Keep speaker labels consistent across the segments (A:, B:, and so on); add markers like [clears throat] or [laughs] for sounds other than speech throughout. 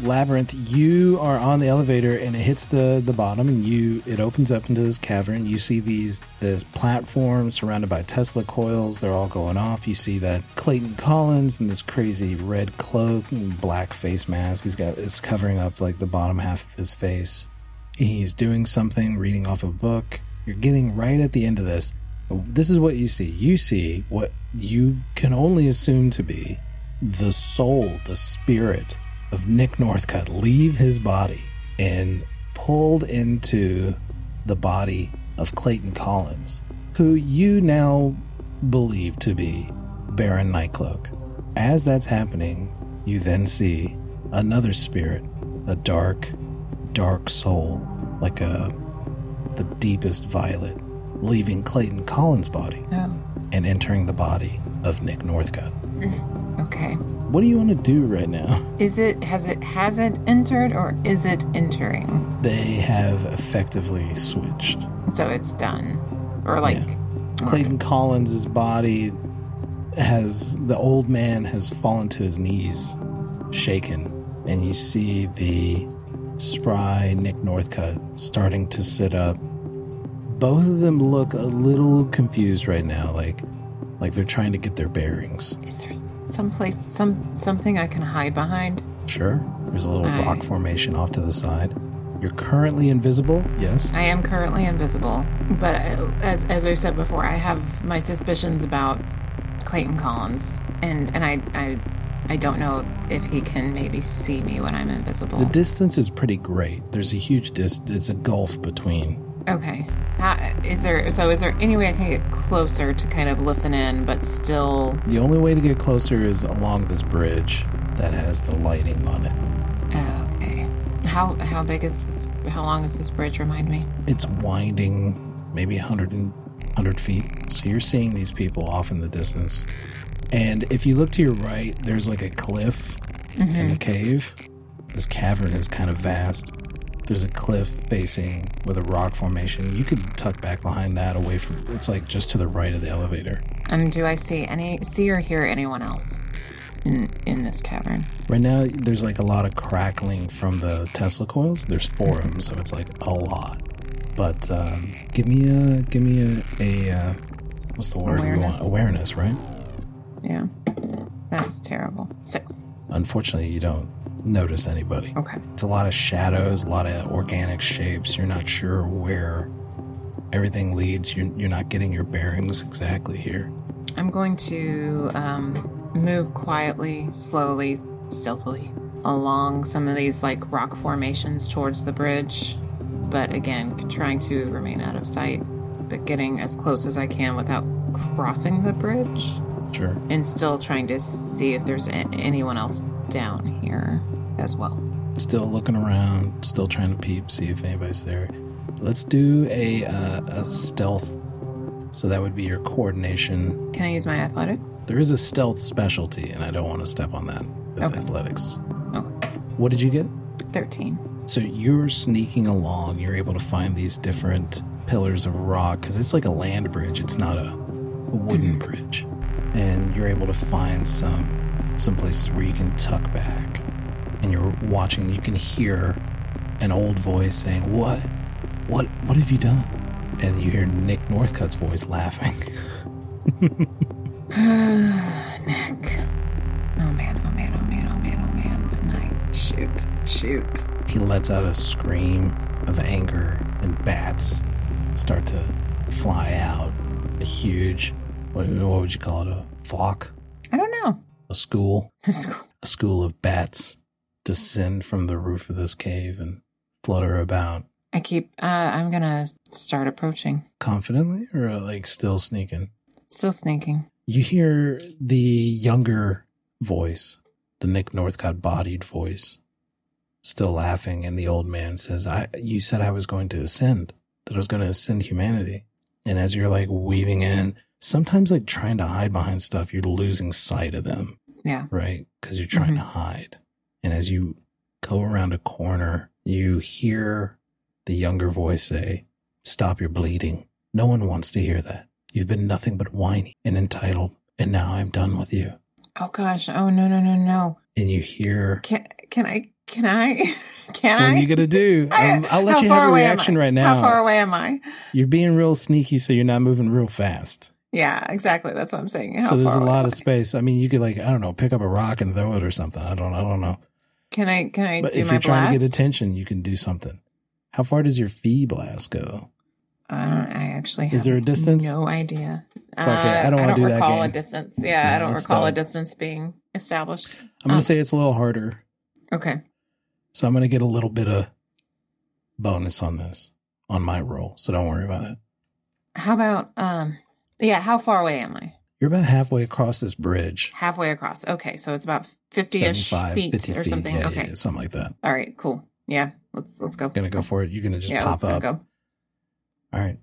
A: labyrinth, you are on the elevator and it hits the the bottom and you it opens up into this cavern. You see these this platform surrounded by Tesla coils, they're all going off. You see that Clayton Collins in this crazy red cloak and black face mask. He's got it's covering up like the bottom half of his face. He's doing something, reading off a book. You're getting right at the end of this. This is what you see. You see what you can only assume to be the soul, the spirit of Nick Northcutt leave his body and pulled into the body of Clayton Collins, who you now believe to be Baron Nightcloak. As that's happening, you then see another spirit, a dark, dark soul, like a the deepest violet, leaving Clayton Collins' body
B: Oh,
A: and entering the body of Nick Northcutt.
B: okay.
A: What do you want to do right now?
B: Is it has it has it entered or is it entering?
A: They have effectively switched.
B: So it's done, or like
A: Yeah. Clayton Collins' body has the old man has fallen to his knees, shaken, and you see the spry Nick Northcutt starting to sit up. Both of them look a little confused right now, like like they're trying to get their bearings.
B: is there some place some something I can hide behind?
A: Sure. There's a little
B: Aye.
A: rock formation off to the side. You're currently invisible, yes.
B: I am currently invisible, but uh, as as we've said before, I have my suspicions about Clayton Collins, and and I I I don't know if he can maybe see me when I'm invisible.
A: The distance is pretty great. There's a huge dis it's a gulf between
B: okay. How, is there so is there any way I can get closer to kind of listen in, but still?
A: The only way to get closer is along this bridge that has the lighting on it.
B: Uh, Okay. How how big is this? How long is this bridge? Remind me.
A: It's winding maybe 100, and, 100 feet. So you're seeing these people off in the distance. And if you look to your right, there's like a cliff and a cave. This cavern is kind of vast. There's a cliff facing with a rock formation. You could tuck back behind that away from it's like just to the right of the elevator.
B: And Um, do I see any see or hear anyone else in in this cavern?
A: Right now, there's like a lot of crackling from the Tesla coils. There's four of them, so it's like a lot. But um, give me a give me a, a uh, what's the word
B: Awareness.
A: you want? Awareness, right?
B: Yeah. That's terrible. Six.
A: Unfortunately, you don't notice anybody.
B: Okay.
A: It's a lot of shadows, a lot of organic shapes. You're not sure where everything leads. You're you're not getting your bearings exactly here.
B: I'm going to um, move quietly, slowly, stealthily along some of these like rock formations towards the bridge, but again, trying to remain out of sight, but getting as close as I can without crossing the bridge,
A: Sure.
B: and still trying to see if there's a- anyone else down here as well.
A: Still looking around, still trying to peep, see if anybody's there. Let's do a, uh, a stealth. So that would be your coordination.
B: Can I use my athletics?
A: There is a stealth specialty, and I don't want to step on that with
B: Okay.
A: athletics.
B: Oh,
A: What did you get?
B: [sighs] 13.
A: So you're sneaking along. You're able to find these different pillars of rock because it's like a land bridge. It's not a, a wooden bridge, and you're able to find some some places where you can tuck back. And you're watching. You can hear an old voice saying, "What? What? What have you done?" And you hear Nick Northcutt's voice laughing. [laughs]
B: Nick. Oh man, oh man, oh man, oh man, oh man. Night. Shoot, shoot.
A: He lets out a scream of anger, and bats start to fly out. A huge, what, what would you call it? A flock?
B: I don't know. [laughs]
A: A school?
B: It's
A: A school of bats descend from the roof of this cave and flutter about
B: I keep. Uh, I'm gonna start approaching.
A: confidently or uh, like still sneaking.
B: Still sneaking.
A: You hear the younger voice, the Nick Northcott bodied voice, still laughing, and the old man says, I you said I was going to ascend, that I was going to ascend humanity. And as you're like weaving in, sometimes like trying to hide behind stuff, you're losing sight of them,
B: Yeah.
A: right? Because you're trying to hide. And as you go around a corner, you hear the younger voice say, Stop your bleeding. No one wants to hear that. You've been nothing but whiny and entitled, and now I'm done with you.
B: Oh gosh. Oh no no no no.
A: And you hear
B: Can can I Can I? [laughs] Can
A: What
B: I?
A: are you gonna do?
B: I-
A: Um, I'll let
B: how
A: you
B: far
A: have a
B: away am
A: reaction
B: I?
A: right
B: How
A: now.
B: far away am I?
A: You're being real sneaky, so you're not moving real fast.
B: Yeah, exactly. That's what I'm saying. How
A: so there's
B: far
A: a
B: away
A: lot
B: am
A: of
B: I?
A: space. I mean, you could like I don't know, pick up a rock and throw it or something. I don't I don't know.
B: Can I? Can I
A: But
B: do
A: if
B: my
A: you're trying
B: blast?
A: to get attention, you can do something. How far does your fee blast go?
B: I don't. I actually. Have
A: Is there a distance?
B: No idea. Uh,
A: it, I don't wanna do that
B: recall a
A: game.
B: distance. Yeah, I
A: No,
B: don't
A: it's
B: recall a
A: dumb.
B: distance being established.
A: I'm gonna
B: Um,
A: say it's a little harder.
B: Okay.
A: So I'm gonna get a little bit of bonus on this on my roll. So don't worry about it.
B: How about? Um. Yeah. How far away am I?
A: You're about halfway across this bridge.
B: Halfway across. Okay, so it's about fifty-ish
A: 75,
B: feet
A: 50
B: or something.
A: Yeah,
B: okay.
A: yeah, something like that.
B: All right. Cool. Yeah. Let's let's go.
A: Gonna go for it. You're gonna just
B: yeah.
A: pop
B: let's
A: up.
B: go.
A: All right.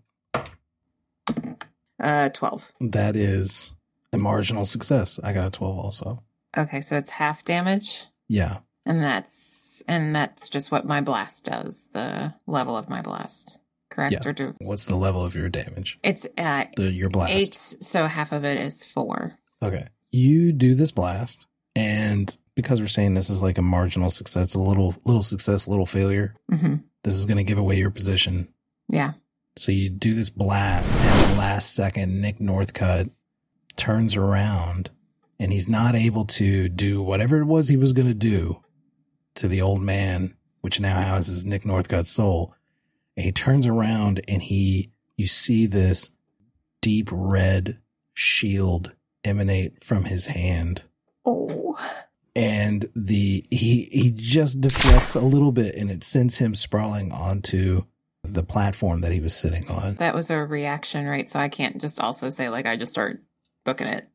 B: Uh, twelve.
A: That is a marginal success. I got a 12 also.
B: Okay, so it's half damage,
A: Yeah.
B: and that's and that's just what my blast does. The level of my blast, correct?
A: Yeah.
B: Or do
A: What's the level of your damage?
B: it's uh,
A: The your blast.
B: eight, so half of it is four.
A: Okay. You do this blast and because we're saying this is like a marginal success, a little little success, little failure,
B: hmm
A: this is going to give away your position.
B: Yeah.
A: So you do this blast at the last second Nick Northcutt turns around and he's not able to do whatever it was he was going to do to the old man, which now houses Nick Northcutt's soul. And he turns around and he, you see this deep red shield emanate from his hand.
B: Oh,
A: And the, he, he just deflects a little bit and it sends him sprawling onto the platform that he was sitting on.
B: that was a reaction, right? So I can't just also say like I just start booking it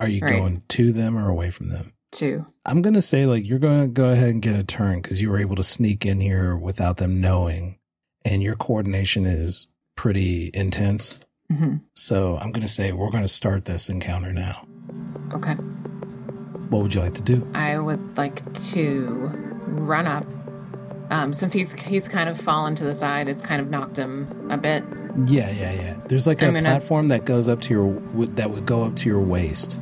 A: Are you
B: Right.
A: going to them or away from them?
B: too.
A: I'm gonna say like you're gonna go ahead and get a turn because you were able to sneak in here without them knowing, and your coordination is pretty intense.
B: hmm
A: So I'm gonna say we're gonna start this encounter now.
B: Okay,
A: What would you like to do?
B: I would like to run up. Um, since he's he's kind of fallen to the side, it's kind of knocked him a bit.
A: Yeah, yeah, yeah. There's like a
B: I'm gonna-
A: platform that goes up to your would- that would go up to your waist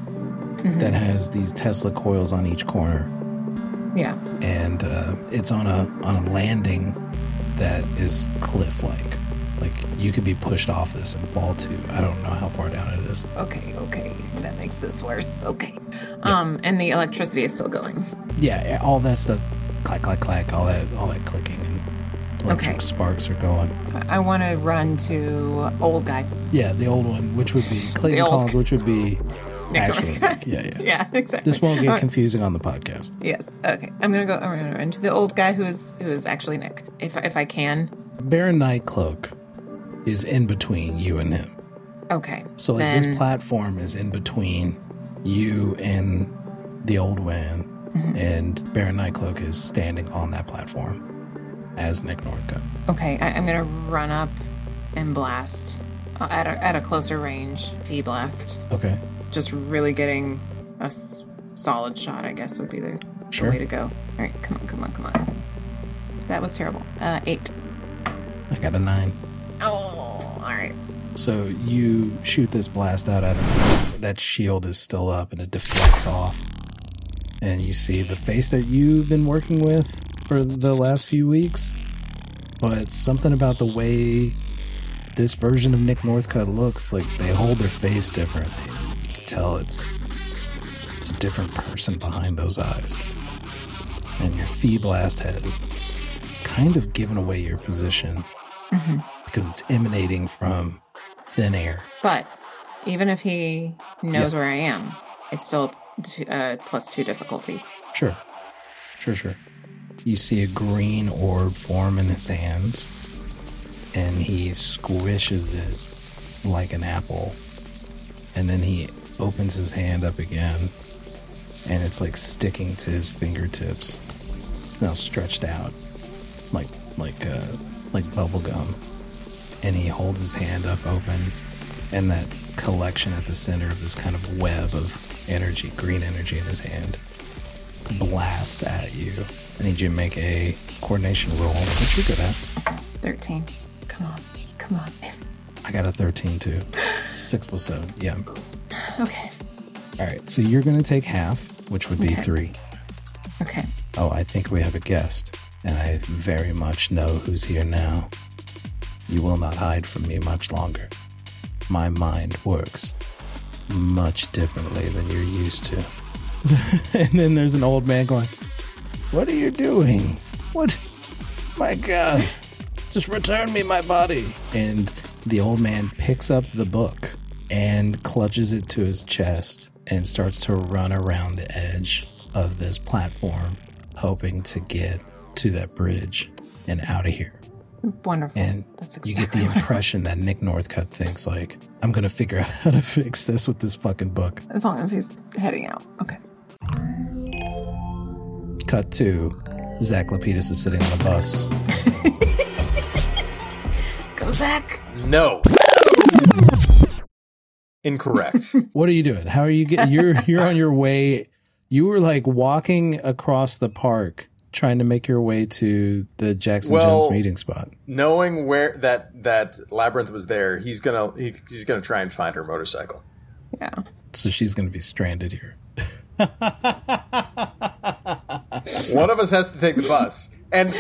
B: Mhm.
A: that has these Tesla coils on each corner.
B: Yeah.
A: and uh, it's on a on a landing that is cliff like. Like you could be pushed off this and fall to. I don't know how far down it is.
B: Okay, okay. That makes this worse. Okay. Um, and the electricity is still going.
A: Yeah, all that stuff, clack clack clack, all that all that clicking and electric
B: Okay.
A: sparks are going.
B: I want to run to old guy. [laughs]
A: Yeah, the old one, which would be Clayton
B: old-
A: Collins, which would be actually, yeah, yeah,
B: Yeah, Uh, exactly.
A: This won't
B: All
A: get
B: right.
A: confusing on the podcast.
B: Yes. Okay. I'm gonna go. I'm gonna run to the old guy who is who is actually Nick, if if I can.
A: Baron Nightcloak is in between you and him.
B: Okay.
A: So like
B: then,
A: this platform is in between you and the old man,
B: Mm-hmm.
A: and Baron Nightcloak is standing on that platform as Nick Northcutt.
B: Okay. I, I'm gonna run up and blast uh, at a, at a closer range. V blast.
A: Okay,
B: Just really getting a s- solid shot. I guess would be the the way
A: sure.
B: to go. All right, come on, come on, come on. That was terrible. Uh, eight.
A: I got a nine.
B: Oh, all right.
A: So you shoot this blast out at him. That shield is still up, and it deflects off. And you see the face that you've been working with for the last few weeks, but something about the way this version of Nick Northcutt looks like they hold their face different. You can tell it's it's a different person behind those eyes. And your fee blast has kind of given away your position because it's emanating from thin air.
B: But even if he knows where I am, it's still t- uh, plus two difficulty.
A: Sure. Sure, sure. You see a green orb form in his hands, and he squishes it like an apple. And then he opens his hand up again, and it's like sticking to his fingertips. It's now stretched out, like like uh, like bubblegum. And he holds his hand up open, and that collection at the center of this kind of web of energy, green energy in his hand blasts at you. I need you to make a coordination roll, which you're good at.
B: 13. Come on. Come on. [laughs]
A: I got a 13 [gasps] too. Six plus seven. Yeah.
B: Okay.
A: All right. So you're going to take half, which would be
B: Okay.
A: three.
B: Okay.
A: Oh, I think we have a guest, and I very much know who's here now. You will not hide from me much longer. My mind works much differently than you're used to. [laughs] and then there's an old man going, What are you doing? What? My God. Just return me my body. And the old man picks up the book and clutches it to his chest and starts to run around the edge of this platform, hoping to get to that bridge and out of here.
B: Wonderful.
A: And
B: That's
A: you get the
B: exactly what I-
A: impression that Nick Northcutt thinks like, I'm gonna figure out [laughs] how to fix this with this fucking book.
B: as long as he's heading out. Okay.
A: Cut to Zach Lapidus is sitting on a bus.
B: Go, Zach.
C: No. Incorrect.
B: [laughs]
A: What are you doing? How are you getting
C: [laughs]
A: you're you're on your way you were like walking across the park trying to make your way to the Jackson
C: Well-
A: Jones meeting spot.
C: Knowing where that that labyrinth was there, he's gonna he, he's gonna try and find her motorcycle.
B: Yeah.
A: So she's gonna be stranded here.
C: One of us has to take the bus.
B: [laughs]
C: And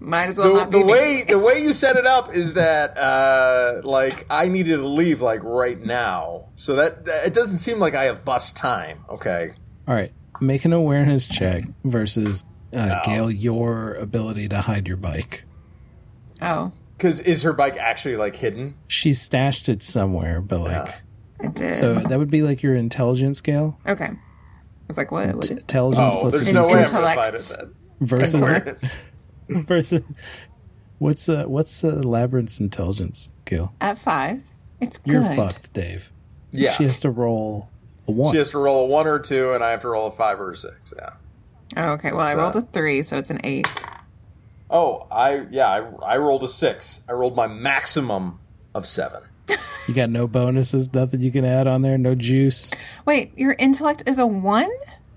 B: Might as well
C: the,
B: not be
C: the
B: me.
C: way the way you set it up is that uh, like I needed to leave like right now, so that that- it doesn't seem like I have bus time. Okay,
A: All right. Make an awareness check versus uh, Gail, your ability to hide your bike.
B: Oh,
C: because is her bike actually like hidden?
A: She stashed it somewhere, but like
B: I did.
A: So that would be like your intelligence scale.
B: okay. I was like, what? what is-
A: Intelligence
C: Oh,
A: plus a
C: there's no way I'm
A: DC
C: gonna find
B: Intellect.
C: it. Then. [laughs]
A: versus
C: Awareness.
A: [laughs] versus what's uh what's uh, labyrinth's intelligence Gil?
B: At five. It's good.
A: You're fucked, Dave.
C: Yeah,
A: She has to roll a one.
C: She has to roll a one or two, and I have to roll a five or a six. Yeah.
B: Oh, okay. Well, I
C: It's,
B: rolled
C: uh,
B: a three, so it's an eight.
C: Oh, I yeah, I, I rolled a six. I rolled my maximum of seven.
A: you got no bonuses, nothing you can add on there, no juice.
B: Wait, your intellect is a one?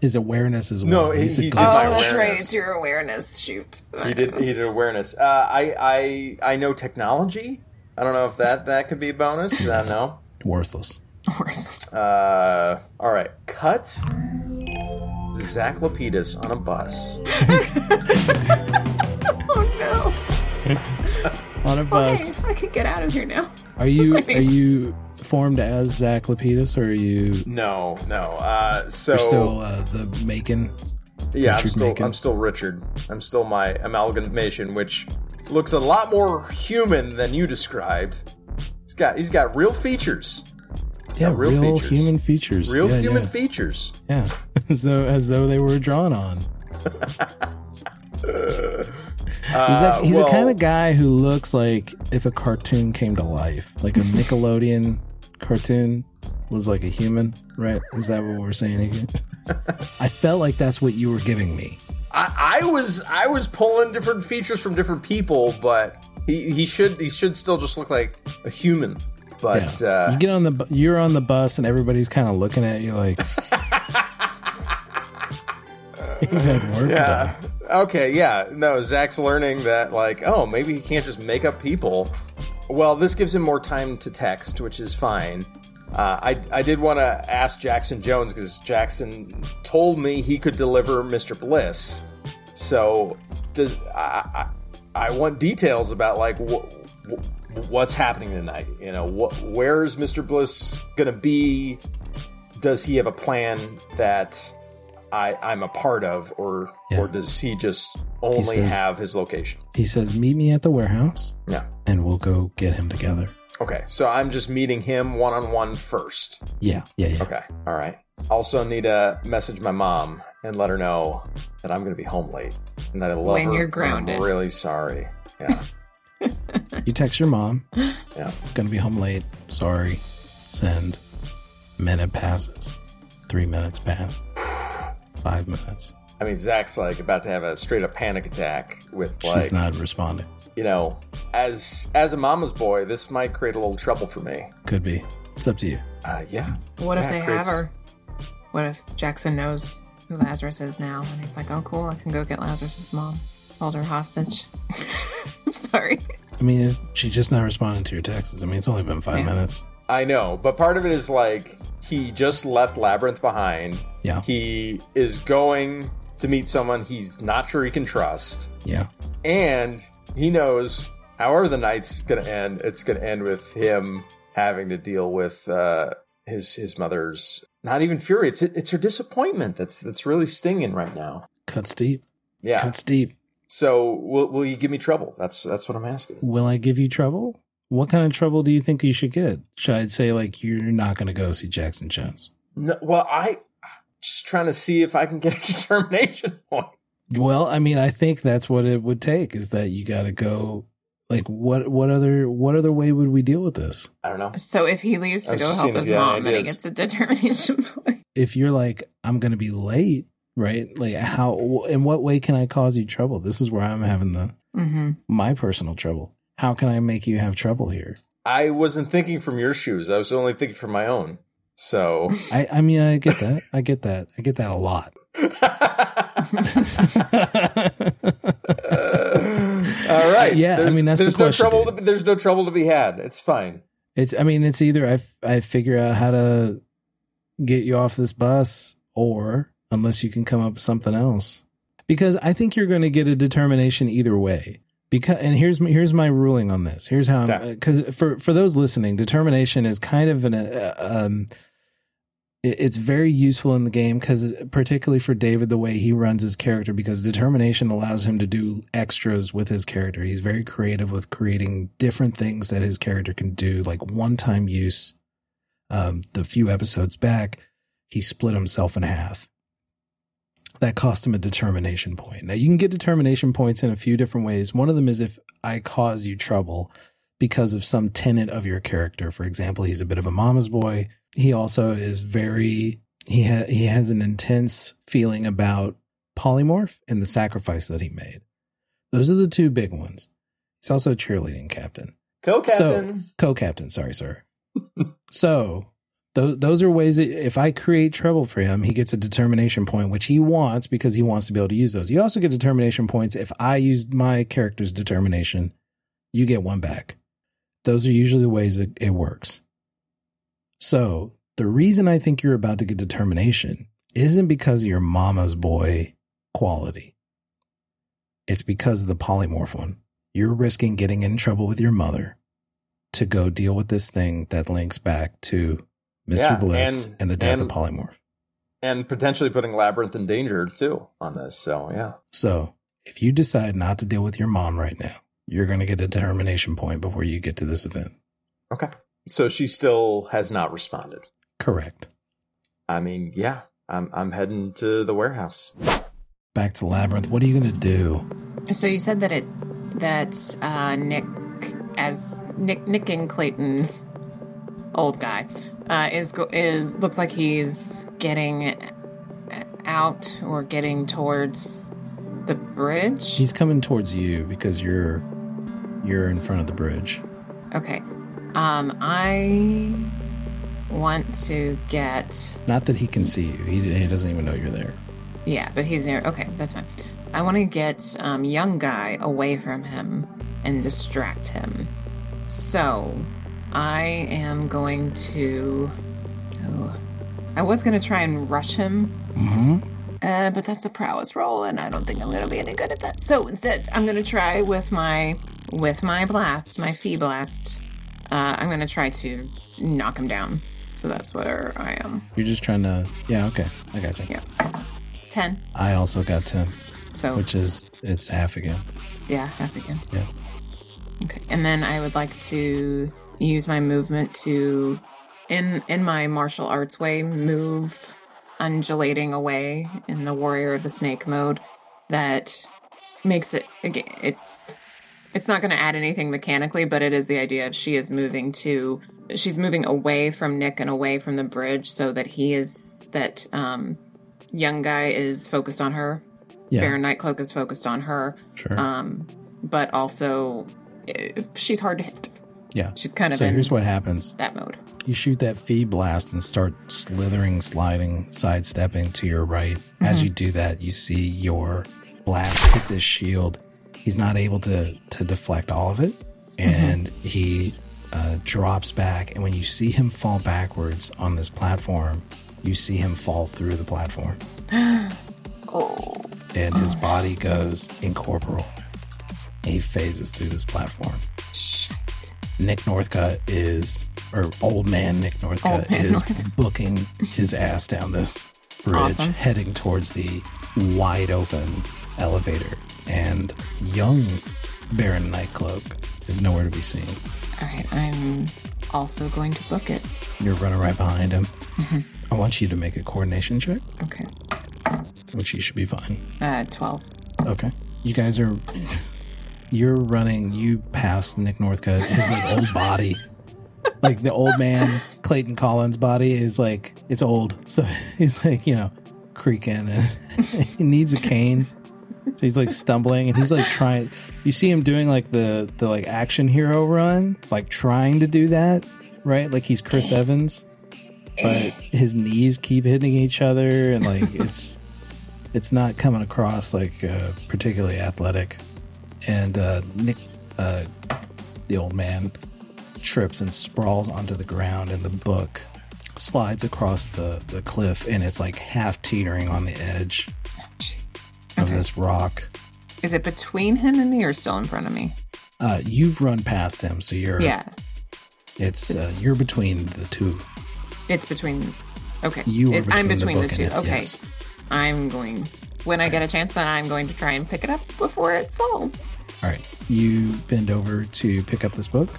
A: His awareness is one.
C: No,
A: He's
C: he-
A: a
C: he
A: good
C: did
B: Oh,
C: my
B: that's right.
C: awareness.
B: It's your awareness. Shoot.
C: He did
B: [laughs]
C: he did awareness. Uh, I I I know technology. I don't know if that that could be a bonus. I don't know.
A: worthless.
B: Oh,
C: Uh, all right, cut. Zach Lapidus on a bus.
B: oh, no.
A: On a
B: Okay,
A: bus.
B: I could get out of here now.
A: Are
C: [laughs]
A: you
B: Wait.
A: are you formed as Zach Lapidus or are you
C: No, no. Uh, so
A: you're still uh, the Macon?
C: yeah, I'm
A: Richard
C: still
A: Macon?
C: I'm still Richard. I'm still my amalgamation, which looks a lot more human than you described. He's got he's got real features.
A: Yeah,
C: real
A: real
C: features.
A: human features.
C: Real
A: Yeah,
C: human
A: yeah.
C: features.
A: Yeah, [laughs] as though as though they were drawn on. He's, that, he's the
C: Uh, well-
A: kind of guy who looks like if a cartoon came to life, like
C: [laughs]
A: a Nickelodeon cartoon was like a human, right? Is that what we're saying
C: [laughs]
A: again? I felt like that's what you were giving me.
C: I, I was I was pulling different features from different people, but he, he should he should still just look like a human. But
A: Yeah.
C: uh,
A: you get on the bu- you're on the bus and everybody's kind of looking at you
C: [laughs]
A: like he's at work.
C: yeah, uh, okay, yeah, no. Zach's learning that like, oh, maybe he can't just make up people. Well, this gives him more time to text, which is fine. Uh, I I did want to ask Jackson Jones because Jackson told me he could deliver Mr. Bliss. So does I, I, I want details about like wh- wh- what's happening tonight? You know, wh- where is Mr. Bliss gonna be? Does he have a plan that I, I'm a part of, or
A: Yeah.
C: or does he just only
A: says-
C: have his location?
A: He says, "Meet me at the warehouse,
C: Yeah.
A: and we'll go get him together."
C: Okay, so I'm just meeting him one on one first.
A: Yeah, yeah, yeah.
C: Okay, all right. Also, need to message my mom and let her know that I'm gonna be home late and that I love
B: When
C: her.
B: you're
C: and
B: grounded.
C: I'm really sorry. Yeah.
A: You text your mom.
C: [gasps] Yeah.
A: Gonna be home late. Sorry. Send. Minute passes. Three minutes
C: [sighs]
A: pass. Five minutes.
C: I mean, Zach's like about to have a straight up panic attack with
A: She's
C: like,
A: not responding.
C: you know, as as a mama's boy, this might create a little trouble for me.
A: Could be. It's up to you.
C: Uh, yeah,
B: What if
C: Yeah,
B: they have
C: creeps.
B: her? What if Jackson knows who Lazarus is now and he's like, oh, cool, I can go get Lazarus's mom, hold her hostage? [laughs] Sorry.
A: I mean, is she just not responding to your texts? I mean, it's only been five
B: Yeah.
A: minutes.
C: I know, but part of it is like he just left Labyrinth behind.
A: Yeah.
C: He is going to meet someone he's not sure he can trust,
A: Yeah.
C: and he knows however the night's gonna end, it's gonna end with him having to deal with uh, his his mother's not even fury. It's it's her disappointment that's that's really stinging right now.
A: Cuts deep.
C: Yeah.
A: Cuts deep.
C: So will will you give me trouble? That's that's what I'm asking.
A: Will I give you trouble? What kind of trouble do you think you should get? Should I say like you're not going to go see Jackson Jones?
C: No, well, I just trying to see if I can get a [laughs] determination point.
A: Well, I mean, I think that's what it would take is that you got to go. Like, what what other what other way would we deal with this?
C: I don't know.
B: So if he leaves to
C: I was
B: go
C: just
B: help
C: seeing if
B: his
C: you had any
B: mom, then he
C: ideas.
B: gets a determination [laughs] point.
A: If you're like, I'm going to be late, right? Like, how in what way can I cause you trouble? This is where I'm having the
B: Mm-hmm.
A: my personal trouble. How can I make you have trouble here?
C: I wasn't thinking from your shoes. I was only thinking from my own. So [laughs]
A: I, I mean, I get that. I get that. I get that a lot.
C: Uh, all right.
A: Yeah, I
C: There's-
A: mean, that's the
C: there's
A: question,
C: no trouble.
A: dude.
C: To, there's no trouble to be had. It's fine.
A: it's, I mean, it's either I, f- I figure out how to get you off this bus or unless you can come up with something else. Because I think you're going to get a determination either way. Because and here's my, here's my ruling on this. Here's how
C: Okay.
A: I'm because for for those listening, determination is kind of an uh, um, it- it's very useful in the game because particularly for david the way he runs his character because determination allows him to do extras with his character he's very creative with creating different things that his character can do like one-time use um, the few episodes back he split himself in half that cost him a determination point now you can get determination points in a few different ways one of them is if i cause you trouble because of some tenet of your character for example he's a bit of a mama's boy he also is very he ha- he has an intense feeling about polymorph and the sacrifice that he made. Those are the two big ones. He's also a cheerleading captain,
C: Co-captain.
A: co-captain. Sorry, sir. so those those are ways that if I create trouble for him, he gets a determination point, which he wants because he wants to be able to use those. You also get determination points if I use my character's determination. You get one back. Those are usually the ways it, it works. So the reason I think you're about to get determination isn't because of your mama's boy quality. It's because of the polymorph one. You're risking getting in trouble with your mother to go deal with this thing that links back to Mr.
C: Yeah,
A: Bliss and,
C: and-
A: the death
C: and-
A: of polymorph.
C: and potentially putting labyrinth in danger too on this. So yeah.
A: So if you decide not to deal with your mom right now, you're going to get a determination point before you get to this event.
C: Okay. So she still has not responded.
A: Correct.
C: I mean, yeah. I'm I'm heading to the warehouse.
A: Back to Labyrinth. What are you going to do?
B: So you said that it that uh, Nick as Nick Nick and Clayton old guy uh, is go- is looks like he's getting out or getting towards the bridge.
A: He's coming towards you because you're you're in front of the bridge.
B: Okay. Um, I want to get.
A: Not that he can see you. He, he doesn't even know you're there.
B: Yeah, but he's near. Okay, that's fine. I want to get um, young guy away from him and distract him. So I am going to. Oh, I was going to try and rush him,
A: Mm-hmm.
B: uh, but that's a prowess roll, and I don't think I'm going to be any good at that. So instead, I'm going to try with my with my blast, my fee blast. Uh, I'm going to try to knock him down. So that's where I am.
A: You're just trying to. Yeah. Okay. I got you.
B: Yeah, ten.
A: I also got ten,
B: So
A: which is it's half again.
B: yeah, half again.
A: Yeah.
B: Okay, and then I would like to use my movement to, in in my martial arts way, move undulating away in the warrior of the snake mode. That makes it again. It's it's not going to add anything mechanically, but it is the idea of she is moving to she's moving away from Nick and away from the bridge, so that he is that um, young guy is focused on her.
A: Yeah.
B: Baron Nightcloak is focused on her
A: Sure.
B: um, but also eh, she's hard to hit.
A: yeah.
B: She's kind of
A: So
B: in
A: here's what happens.
B: that mode.
A: You shoot that fee blast and start slithering, sliding, sidestepping to your right. As you do that, you see your blast hit this shield. He's not able to to deflect all of it, and he uh, drops back. And when you see him fall backwards on this platform, you see him fall through the platform.
B: Oh,
A: and his body goes incorporeal. He phases through this platform.
B: Shite.
A: Nick Northcutt is, or old man Nick Northcutt
B: Old man
A: is
B: Northcutt.
A: booking his ass down this bridge,
B: Awesome.
A: heading towards the wide open elevator. And young Baron Nightcloak is nowhere to be seen.
B: All right, I'm also going to book it.
A: You're running right behind him.
B: Mm-hmm.
A: I want you to make a coordination check,
B: Okay.
A: which you should be fine.
B: Uh, 12.
A: Okay. You guys are. You're running. You pass Nick Northcutt. His like old body, like the old man Clayton Collins' body is like it's old, so he's like you know creaking and [laughs] he needs a cane. So he's like stumbling and he's like trying. You see him doing like the the like action hero run, like trying to do that, right? Like he's Chris Evans, but his knees keep hitting each other and like it's it's not coming across like uh, particularly athletic. And uh, Nick, uh, the old man, trips and sprawls onto the ground, and the book slides across the, the cliff, and it's like half teetering on the edge
B: Gee.
A: of this rock.
B: Is it between him and me or still in front of me?
A: Uh, you've run past him, so you're
B: Yeah.
A: it's uh, you're between the two.
B: It's between. Okay.
A: You are
B: It- I'm
A: between
B: between
A: the
B: the,
A: book
B: two.
A: and it,
B: okay.
A: yes.
B: I'm going. When I get a chance, then I'm going to try and pick it up before it falls.
A: All right, you bend over to pick up this book,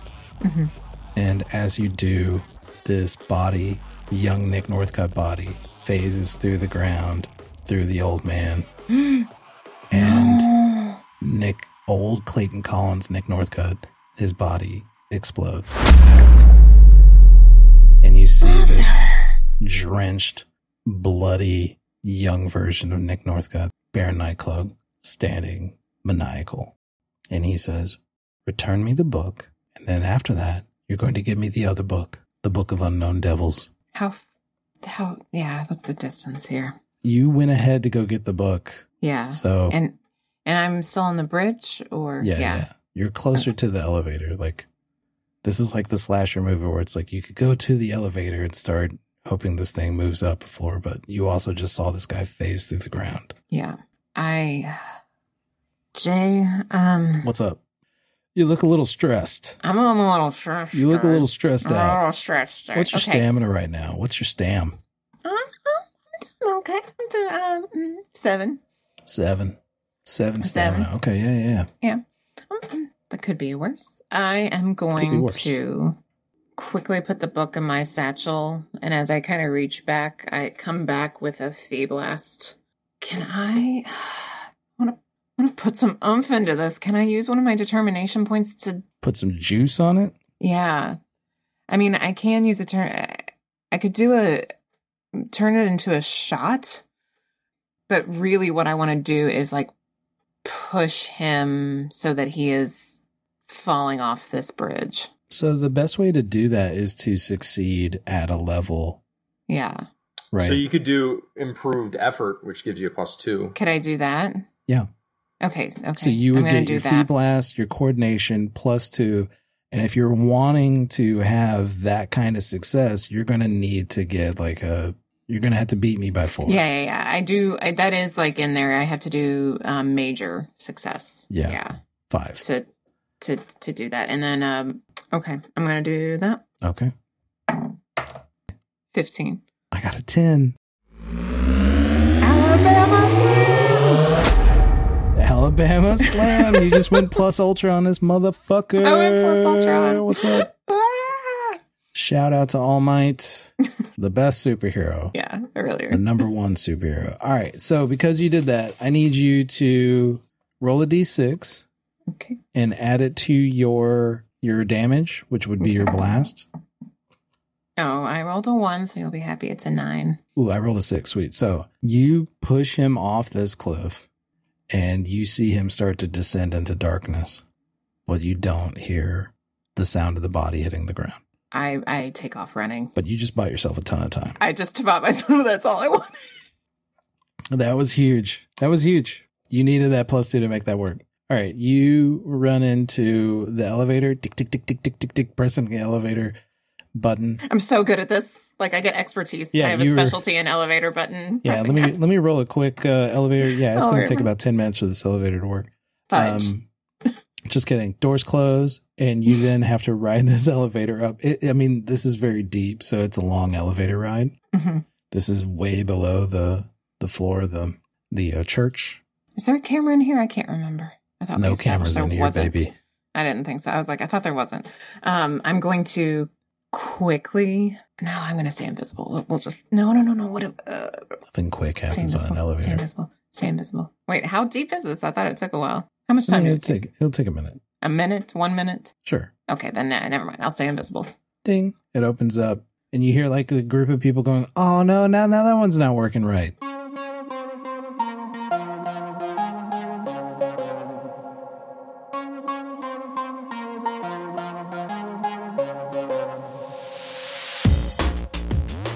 A: and as you do, this body, the young Nick Northcutt body, phases through the ground, through the old man, and Nick, old Clayton Collins, Nick Northcutt, his body explodes, and you see this drenched, bloody, young version of Nick Northcutt, Baron Nightclub, standing maniacal. And he says, Return me the book, and then after that, you're going to give me the other book, the Book of Unknown Devils.
B: How. f- How. Yeah, what's the distance here?
A: You went ahead to go get the book.
B: Yeah.
A: So,
B: and and I'm still on the bridge or
A: yeah, yeah. You're closer to the elevator. Like, this is like the slasher movie where it's like you could go to the elevator and start hoping this thing moves up a floor, but you also just saw this guy phase through the ground.
B: Yeah. I Jay, um
A: What's up? You look a little stressed.
B: I'm a little stressed.
A: You look a little stressed
B: I'm a
A: out.
B: little stressed.
A: What's your stamina right now? What's your stam?
B: I'm, doing okay. Uh-huh. I'm doing, um, mm, seven.
A: Seven. Seven
B: Seven.
A: stamina. Okay, yeah, yeah, yeah.
B: Um, mm, That could be worse. I am going
A: worse.
B: to quickly put the book in my satchel, and as I kind of reach back, I come back with a fee blast. Can I? [sighs] Want to want to put some oomph into this? Can I use one of my determination points to
A: Put some juice on it.
B: Yeah. I mean, I can use a turn. I could do a turn it into a shot, but really what I want to do is like push him so that he is falling off this bridge.
A: So the best way to do that is to succeed at a level,
B: Yeah.
A: right?
C: So you could do improved effort, which gives you a plus two.
B: Could I do that?
A: Yeah.
B: Okay. Okay.
A: So you
B: I'm
A: would
B: going
A: get
B: to do
A: your fee
B: that.
A: blast, your coordination plus two, and if you're wanting to have that kind of success, you're going to need to get like a. You're going to have to beat me by four.
B: Yeah, yeah, yeah. I do. I, that is like in there. I have to do um, major success.
A: Yeah.
B: Yeah.
A: Five.
B: To, to, to do that. And then, um, okay, I'm going to do that.
A: Okay.
B: 15.
A: I got a ten.
B: [laughs]
A: Alabama Slam. You just went plus ultra on this motherfucker.
B: I went Oh, plus ultra on.
A: What's up?
B: [laughs] Ah!
A: Shout out to All
B: [laughs]
A: Might, the best superhero,
B: Yeah,
A: the
B: earlier.
A: number one superhero. All right. So because you did that, I need you to roll a d6
B: Okay.
A: and add it to your your damage, which would be your blast.
B: Oh, I rolled a one, so you'll be happy it's a nine.
A: Ooh, I rolled a six. Sweet. So you push him off this cliff, and you see him start to descend into darkness, but you don't hear the sound of the body hitting the ground.
B: I, I take off running.
A: But you just bought yourself a ton of time.
B: I just about myself. [laughs] That's all I want.
A: That was huge. That was huge. You needed that plus two to make that work. All right, you run into the elevator, tick tick tick tick tick tick tick. Press on the elevator. button.
B: I'm so good at this. Like I get expertise.
A: Yeah,
B: I have a
A: you were-
B: specialty in elevator button.
A: Yeah, let
B: pressing
A: me
B: that.
A: let me roll a quick uh, elevator. Yeah, it's
B: Oh,
A: going
B: right.
A: to take about ten minutes for this elevator to work.
B: Fudge.
A: um, just kidding. Doors close, and you then have to ride [laughs] this elevator up. It, I mean, this is very deep, so it's a long elevator ride.
B: Mhm.
A: This is way below the the floor of the the uh, church.
B: Is there a camera in here? I can't remember. I thought we
A: No cameras
B: established there
A: in here,
B: wasn't.
A: baby.
B: I didn't think so. I was like, I thought there wasn't. Um, I'm going to quickly. No, I'm going to stay invisible. We'll, we'll just no, no, no, no. What? If, uh,
A: Nothing quick
B: stay
A: happens on
B: invisible.
A: an
B: Stay
A: elevator.
B: invisible. Stay invisible. Wait, how deep is this? I thought it took a while. How much
A: I
B: time
A: mean,
B: did
A: it'll
B: it take?
A: take it'll take a minute.
B: A minute? One minute?
A: Sure.
B: Okay, then nah, never mind. I'll stay invisible.
A: Ding. It opens up, and you hear like a group of people going, "Oh no, now now that one's not working right."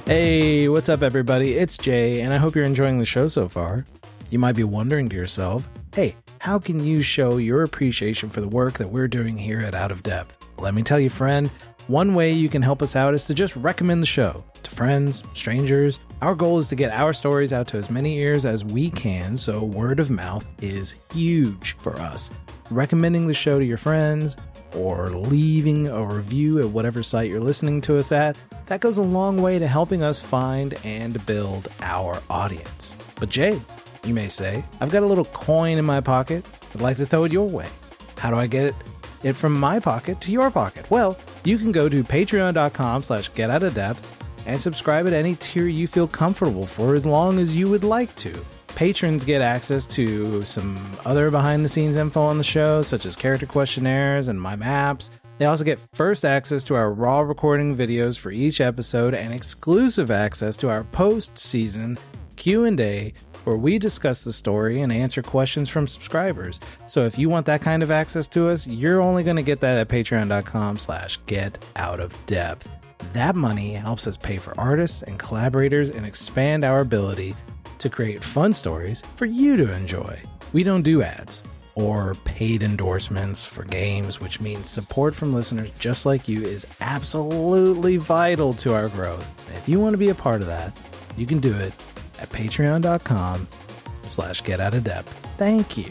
A: Hey, what's up, everybody? It's Jay, and I hope you're enjoying the show so far. You might be wondering to yourself, hey, how can you show your appreciation for the work that we're doing here at Out of Depth? Let me tell you, friend, one way you can help us out is to just recommend the show to friends, strangers. Our goal is to get our stories out to as many ears as we can, so word of mouth is huge for us. Recommending the show to your friends, or leaving a review at whatever site you're listening to us at, that goes a long way to helping us find and build our audience. But, Jay, you may say, I've got a little coin in my pocket. I'd like to throw it your way. How do I get it? it from my pocket to your pocket? Well, you can go to patreon.com slash get out of depth and subscribe at any tier you feel comfortable for as long as you would like to. Patrons get access to some other behind the scenes info on the show, such as character questionnaires and my maps. They also get first access to our raw recording videos for each episode and exclusive access to our post-season Q&A where we discuss the story and answer questions from subscribers. So if you want that kind of access to us, you're only going to get that at patreon.com slash get out of depth. That money helps us pay for artists and collaborators and expand our ability to create fun stories for you to enjoy. We don't do ads or paid endorsements for games, which means support from listeners just like you is absolutely vital to our growth. If you want to be a part of that, you can do it at patreon.com slash get out of depth. Thank you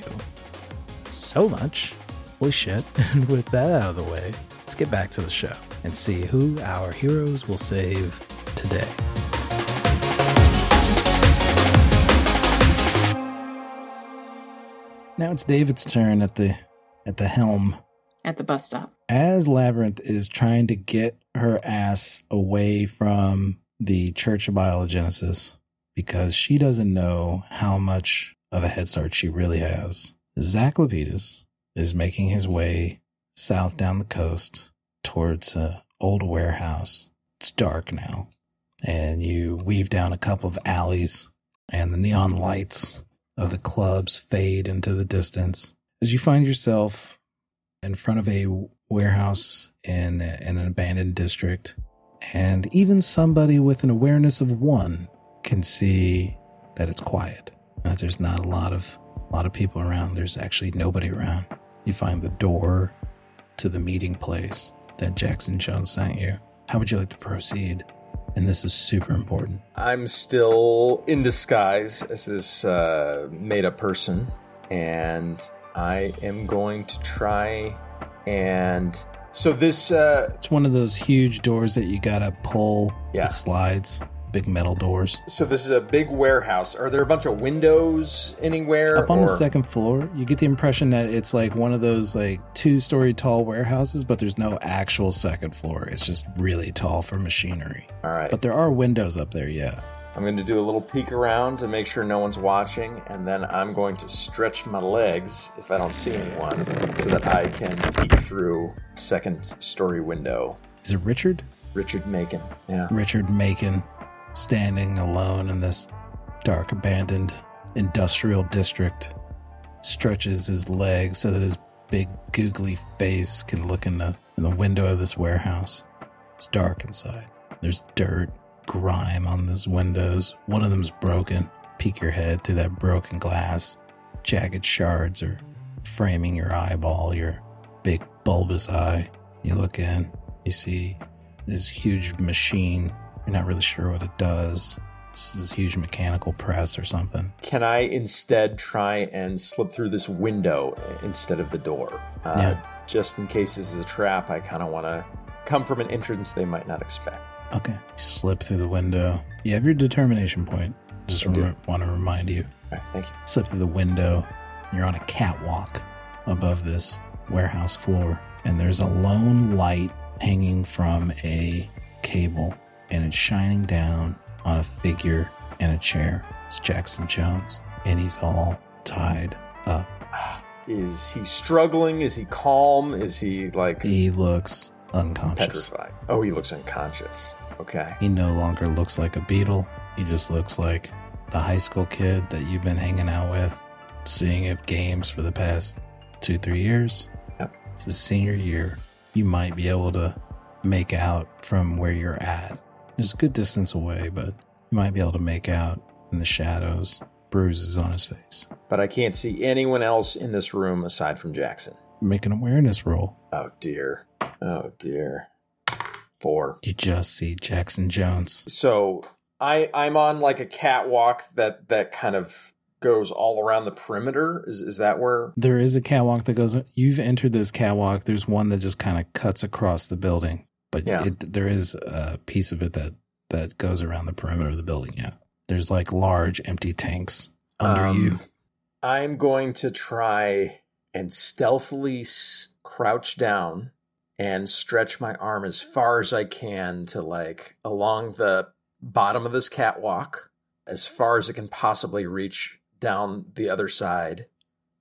A: so much. Holy shit. [laughs] And with that out of the way, let's get back to the show and see who our heroes will save today. Now it's David's turn at the at the helm
B: At the bus stop.
A: as Labyrinth is trying to get her ass away from the Church of Biogenesis because she doesn't know how much of a head start she really has, Zach Lapidus is making his way south down the coast towards an old warehouse. It's dark now, and you weave down a couple of alleys, and the neon lights of the clubs fade into the distance as you find yourself in front of a warehouse in, in an abandoned district. And even somebody with an awareness of one can see that it's quiet. That there's not a lot of a lot of people around. There's actually nobody around. You find the door to the meeting place that Jackson Jones sent you. How would you like to proceed? And this is super important.
C: I'm still in disguise as this uh, made up person, and I am going to try and. So this, uh,
A: It's one of those huge doors that you gotta pull.
C: Yeah.
A: It slides. Big metal doors.
C: so this is a big warehouse. Are there a bunch of windows anywhere?
A: Up on the
C: or-
A: second floor, you get the impression that it's like one of those like two story tall warehouses, but there's no actual second floor. It's just really tall for machinery.
C: All right,
A: But there are windows up there, yeah.
C: I'm going to do a little peek around to make sure no one's watching, and then I'm going to stretch my legs if I don't see anyone, so that I can peek through second story window.
A: Is it Richard?
C: Richard Macon. Yeah.
A: Richard Macon standing alone in this dark, abandoned industrial district, stretches his leg so that his big, googly face can look in the, in the window of this warehouse. It's dark inside. There's dirt, grime on these windows. One of them's broken. Peek your head through that broken glass. Jagged shards are framing your eyeball, your big, bulbous eye. You look in, you see this huge machine. You're not really sure what it does. It's this huge mechanical press or something.
C: Can I instead try and slip through this window instead of the door? Uh,
A: Yeah.
C: Just in case this is a trap, I kind of want to come from an entrance they might not expect.
A: Okay. Slip through the window. You have your determination point. Just
C: I do.
A: rem- want to remind you.
C: All right, thank you.
A: Slip through the window. You're on a catwalk above this warehouse floor, and there's a lone light hanging from a cable, and it's shining down on a figure in a chair. It's Jackson Jones, and he's all tied up.
C: Is he struggling? Is he calm? Is he like
A: He looks unconscious.
C: petrified? Oh, he looks unconscious. Okay.
A: He no longer looks like a beetle. He just looks like the high school kid that you've been hanging out with, seeing at games for the past two, three years.
C: Yep.
A: It's his senior year. You might be able to make out from where you're at. It's a good distance away, but you might be able to make out in the shadows, bruises on his face.
C: But I can't see anyone else in this room aside from Jackson.
A: Make an awareness roll.
C: Oh, dear. Oh, dear. Four.
A: You just see Jackson Jones.
C: so I I'm on like a catwalk that that kind of goes all around the perimeter. Is is that where?
A: There is a catwalk that goes. You've entered this catwalk. There's one that just kind of cuts across the building, but
C: Yeah.
A: it, there is a piece of it that that goes around the perimeter of the building. Yeah, there's like large empty tanks under
C: Um,
A: you.
C: I'm going to try and stealthily s- crouch down and stretch my arm as far as I can to like along the bottom of this catwalk as far as it can possibly reach down the other side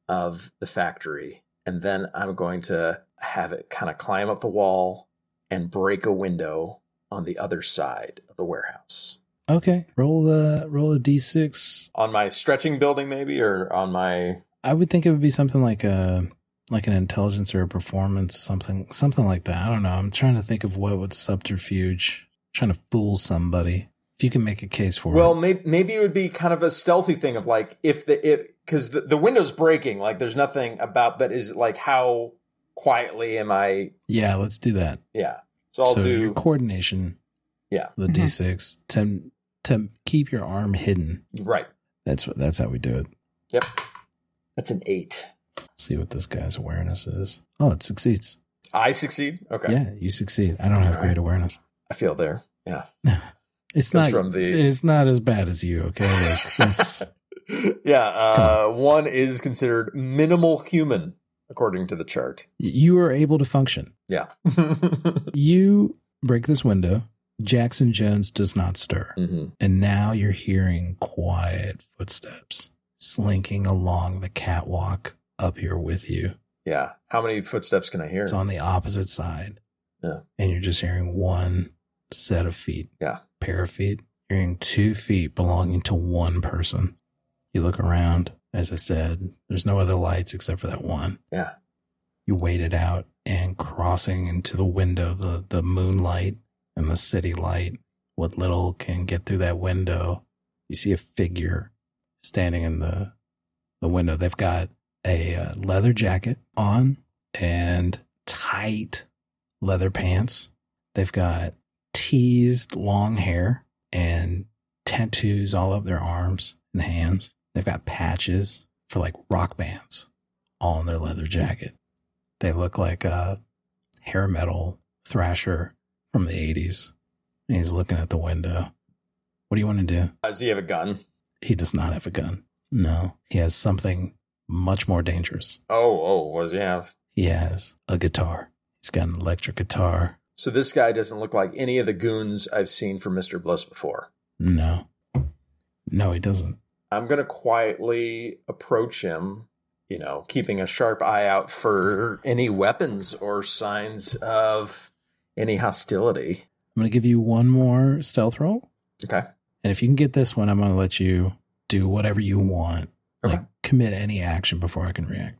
C: of the factory. And then I'm going to have it kind of climb up the wall and break a window on the other side of the warehouse.
A: Okay, roll a roll a d6.
C: On my stretching building, maybe, or on my.
A: I would think it would be something like a like an intelligence or a performance, something something like that. I don't know. I'm trying to think of what would subterfuge, trying to fool somebody. If you can make a case for
C: Well,
A: it,
C: may- maybe it would be kind of a stealthy thing of like if the if because the, the window's breaking, like there's nothing about, but is it like how quietly am I?
A: yeah, let's do that.
C: Yeah, so I'll
A: so your
C: do.
A: coordination.
C: Yeah.
A: The
B: Mhm.
A: D6 to to keep your arm hidden.
C: Right.
A: That's what that's how we do it.
C: Yep. That's an eight.
A: Let's see what this guy's awareness is. Oh, it succeeds.
C: I succeed. Okay.
A: Yeah, you succeed. I don't have
C: Alright.
A: great awareness.
C: I feel there. Yeah.
A: It's
C: Comes
A: not
C: from the-
A: it's not as bad as you, okay? Like, that's-
C: [laughs] yeah. Uh, one is considered minimal human according to the chart.
A: you are able to function.
C: Yeah. [laughs] Mm-hmm.
A: You break this window. Jackson Jones does not stir.
C: hmm
A: And now you're hearing quiet footsteps slinking along the catwalk up here with you.
C: Yeah. How many footsteps can I hear?
A: It's on the opposite side.
C: Yeah.
A: And you're just hearing one set of feet.
C: Yeah.
A: Pair of feet. You're hearing two feet belonging to one person. You look around. As I said, there's no other lights except for that one.
C: Yeah.
A: You wait it out and crossing into the window, the, the moonlight and the city light, what little can get through that window. You see a figure standing in the, the window. They've got a uh, leather jacket on and tight leather pants. They've got teased long hair and tattoos all up their arms and hands. They've got patches for like rock bands all in their leather jacket. They look like a hair metal thrasher from the 80s. And he's looking at the window. What do you want to do?
C: Uh, Does he have a gun?
A: He does not have a gun. No, he has something much more dangerous.
C: Oh, oh, what does he have?
A: He has a guitar. He's got an electric guitar.
C: So this guy doesn't look like any of the goons I've seen from Mr. Bliss before.
A: No. No, he doesn't.
C: I'm going to quietly approach him, you know, keeping a sharp eye out for any weapons or signs of any hostility.
A: I'm going to give you one more stealth roll.
C: Okay.
A: And if you can get this one, I'm going to let you do whatever you want.
C: Okay.
A: Like commit any action before I can react.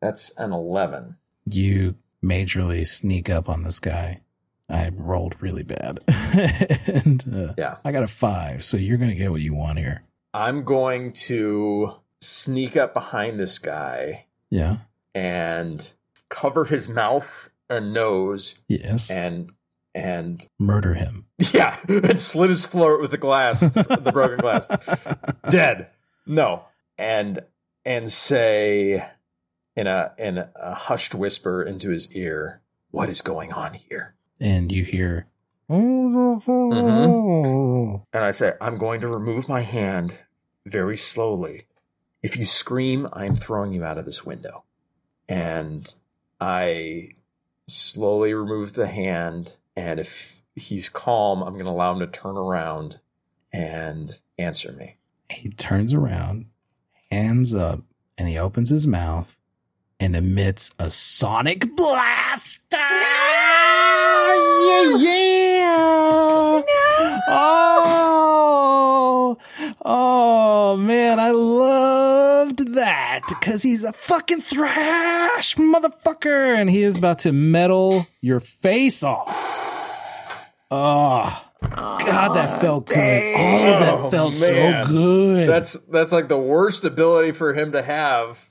C: That's an 11.
A: You majorly sneak up on this guy. I rolled really bad. [laughs] and uh,
C: Yeah.
A: I got a five. So you're going to get what you want here.
C: I'm going to sneak up behind this guy
A: Yeah.
C: and cover his mouth or nose
A: Yes.
C: and and [laughs]
A: Murder him.
C: yeah, and slit his throat with the glass, the broken glass. Dead. No. And and say in a in a hushed whisper into his ear, what is going on here?
A: [laughs] and you hear
C: And I say, I'm going to remove my hand very slowly. If you scream, I'm throwing you out of this window. And I slowly remove the hand. And if he's calm, I'm going to allow him to turn around and answer me.
A: he turns around, hands up, and he opens his mouth and emits a sonic blast. Ah, Yeah, yeah. Oh, oh man, I loved that because he's a fucking thrash motherfucker, and he is about to metal your face off. Oh, God, that felt good. Oh,
C: Oh,
A: that felt
C: man.
A: so good.
C: That's that's like the worst ability for him to have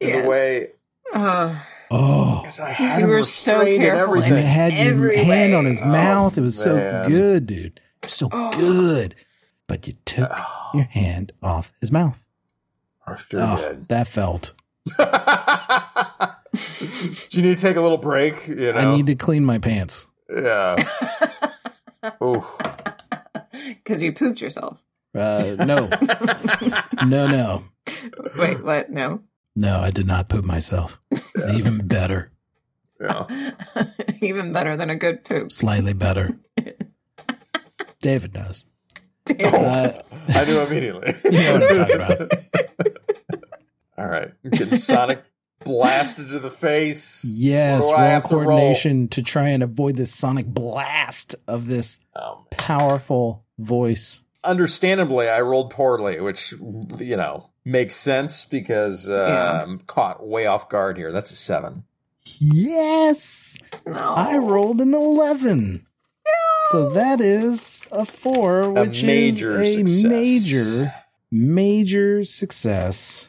C: in
B: Yes.
C: the way.
B: Oh,
A: oh,
C: Because I had
B: You
C: him
B: were so
C: restrained and
B: careful.
A: and it
C: everything.
A: had your
B: Every
A: hand
B: way.
A: on his
C: Oh,
A: mouth. It was so
C: man.
A: good, dude. So
B: Oh.
A: good. But you took
C: Oh,
A: your hand off his mouth.
C: I sure
A: Oh,
C: did.
A: that felt.
C: [laughs] Do you need to take a little break? You know,
A: I need to clean my pants.
C: yeah.
B: [laughs]
C: Ooh.
B: because you pooped yourself.
A: Uh,
C: [laughs]
A: no, no, no,
B: Wait, what? No. [laughs]
A: no. I did not poop myself. Even better,
C: Yeah.
B: Even better than a good poop.
A: slightly better. David knows.
B: Damn.
A: Uh,
C: I knew immediately.
A: [laughs] you know what I'm talking about.
C: [laughs] All right, I'm getting Sonic blasted to the face.
A: Yes,
C: What do I
A: roll
C: have to roll?
A: coordination to try and avoid this sonic blast of this
C: Um,
A: powerful voice.
C: understandably, I rolled poorly, which you know makes sense because uh,
B: Yeah.
C: I'm caught way off guard here. That's a seven.
A: Yes,
B: No.
A: I rolled an eleven. So that is a four, which
C: major
A: is a
C: success.
A: major, major success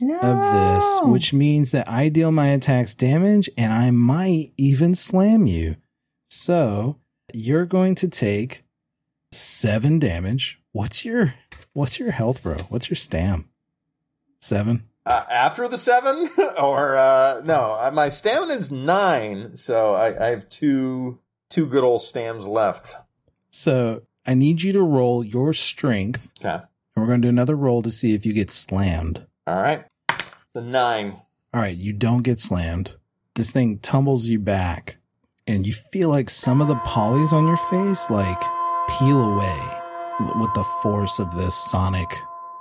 B: no.
A: of this, which means that I deal my attacks damage and I might even slam you. So you're going to take seven damage. What's your what's your health, bro? What's your stam? Seven.
C: Uh, after the seven, [laughs] or uh, no, uh, my stamina is nine, so I, I have two two good old stams left.
A: So I need you to roll your strength,
C: Okay,
A: and we're going to do another roll to see if you get slammed.
C: all right, the nine.
A: All right, you don't get slammed. This thing tumbles you back, and you feel like some of the polys on your face like peel away w- with the force of this sonic,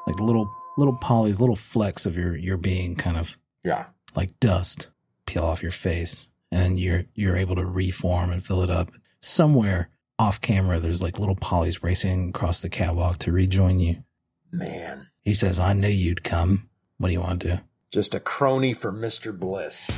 A: like little little polys, little flecks of your your being, kind of
C: Yeah,
A: like dust peel off your face, and then you're you're able to reform and fill it up. Somewhere off camera, there's like little polys racing across the catwalk to rejoin you.
C: man,
A: He says, "I knew you'd come. What do you want to do?"
C: just a crony for Mister Bliss,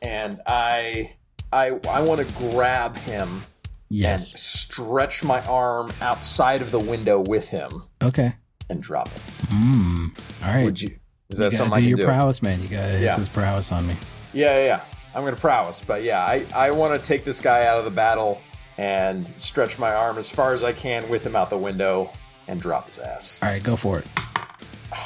C: and I I I want to grab him
A: Yes.
C: and stretch my arm outside of the window with him
A: Okay.
C: and drop it.
A: Mm. All right.
C: Would you? Is that
A: you gotta
C: something I
A: do
C: can
A: your
C: do?
A: prowess, man. You gotta
C: Yeah.
A: hit this prowess on me.
C: Yeah, yeah, yeah. I'm gonna prowess, but yeah, I, I want to take this guy out of the battle and stretch my arm as far as I can with him out the window and drop his ass.
A: All right, go for it,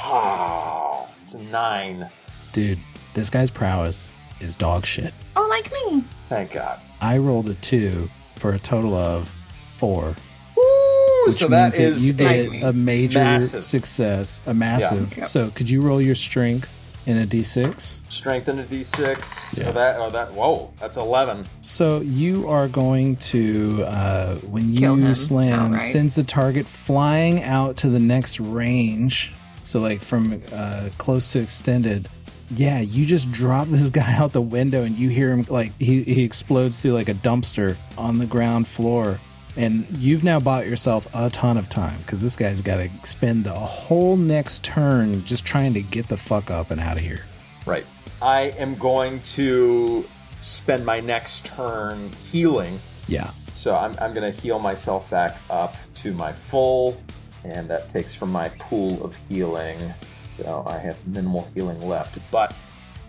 C: Oh, it's a nine.
A: dude. This guy's prowess is dog shit.
B: Oh, like me.
C: Thank God.
A: I rolled a two for a total of four,
C: Ooh,
A: which
C: so that
A: means
C: is
A: you
C: a,
A: did a major
C: massive-
A: success, a massive.
B: Yeah.
A: So could you roll your strength in a d6?
C: strength in a D6.
A: Yeah.
C: Oh, that. Oh, that. Whoa, that's eleven.
A: So you are going to uh, when
B: Kill
A: you
B: him
A: slam
B: outright.
A: sends the target flying out to the next range. So like from uh, close to extended. Yeah, you just drop [laughs] this guy out the window and you hear him like he, he explodes through like a dumpster on the ground floor. And you've now bought yourself a ton of time because this guy's got to spend a whole next turn just trying to get the fuck up and out of here.
C: Right. I am going to spend my next turn healing.
A: Yeah.
C: So I'm, I'm going to heal myself back up to my full, and that takes from my pool of healing. So I have minimal healing left, but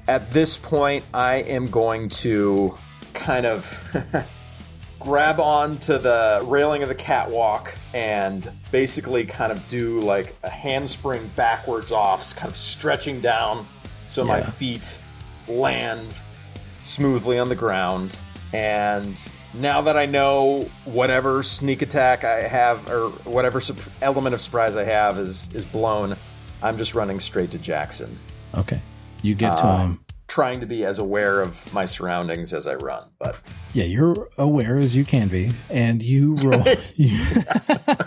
C: At this point, I am going to kind of [laughs] grab onto the railing of the catwalk and basically kind of do like a handspring backwards off, kind of stretching down so my feet land smoothly on the ground. And now that I know whatever sneak attack I have or whatever sup- element of surprise I have is is blown, I'm just running straight to Jackson,
A: Okay. You get
B: Uh,
A: to him.
C: trying to be as aware of my surroundings as I run. But
A: Yeah, you're aware as you can be, and you
C: [laughs]
A: roll. you, [laughs]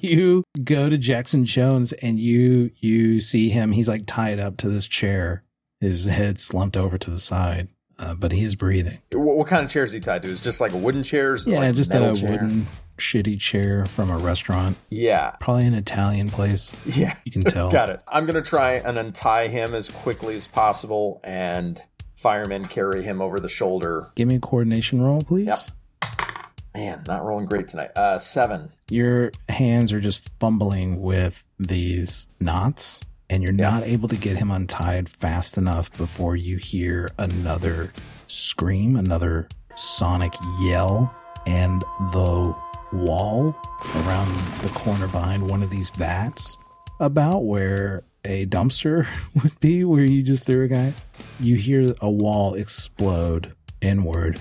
A: you go to Jackson Jones, and you you see him. He's like tied up to this chair, his head slumped over to the side, uh, but he is breathing.
C: wh- what, kind of chairs he tied to? Is it just like wooden chairs?
A: Yeah,
C: like
A: just
C: metal
A: a
C: chair?
A: wooden shitty chair from a restaurant,
C: Yeah, [laughs]
A: probably an Italian place.
C: yeah. [laughs]
A: You can tell.
C: Got it. I'm gonna try and untie him as quickly as possible, and firemen carry him over the shoulder.
A: Give me a coordination roll, please.
C: Yep. Man, not rolling great tonight. Uh, seven.
A: your hands are just fumbling with these knots and you're not able to get him untied fast enough before you hear another scream, another sonic yell, and the wall around the corner behind one of these vats, about where a dumpster [laughs] would be, where you just threw a guy, you hear a wall explode inward.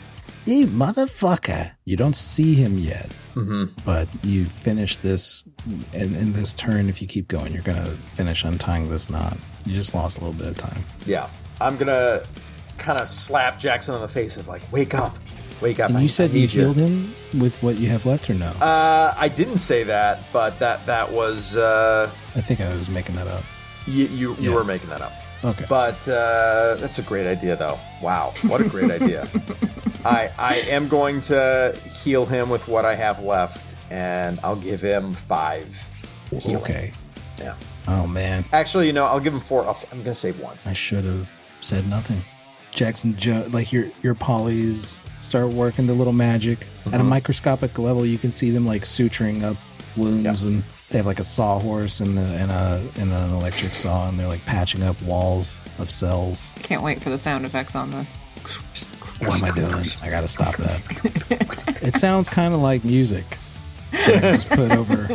A: You motherfucker! You don't see him yet
C: Mm-hmm.
A: but you finish this and in this turn if you keep going you're gonna finish untying this knot you just lost a little bit of time
C: Yeah, I'm gonna kind of slap Jackson on the face of like, wake up, wake up.
A: and
C: I-
A: you said
C: I
A: you
C: need
A: healed him with what you have left or no
C: Uh, I didn't say that, but that that was uh,
A: i think i was making that up
C: you you, you
A: Yeah.
C: were making that up.
A: okay
C: But uh, that's a great idea, though. Wow, what a great
A: [laughs]
C: idea! I I am going to heal him with what I have left, and I'll give him five. healing.
A: okay
C: Yeah.
A: oh man
C: Actually, you know, I'll give him four. I'll, s- I'm gonna save one.
A: i should have said nothing jackson jo- like your your polys start working the little magic
C: Uh-huh.
A: at a microscopic level you can see them like suturing up wounds and they have like a sawhorse and, a, and a and an electric saw and they're like patching up walls of cells
B: Can't wait for the sound effects on this.
C: Oh
A: What am I doing? I gotta stop that.
C: [laughs]
A: it sounds kind of like music. You know, just put over.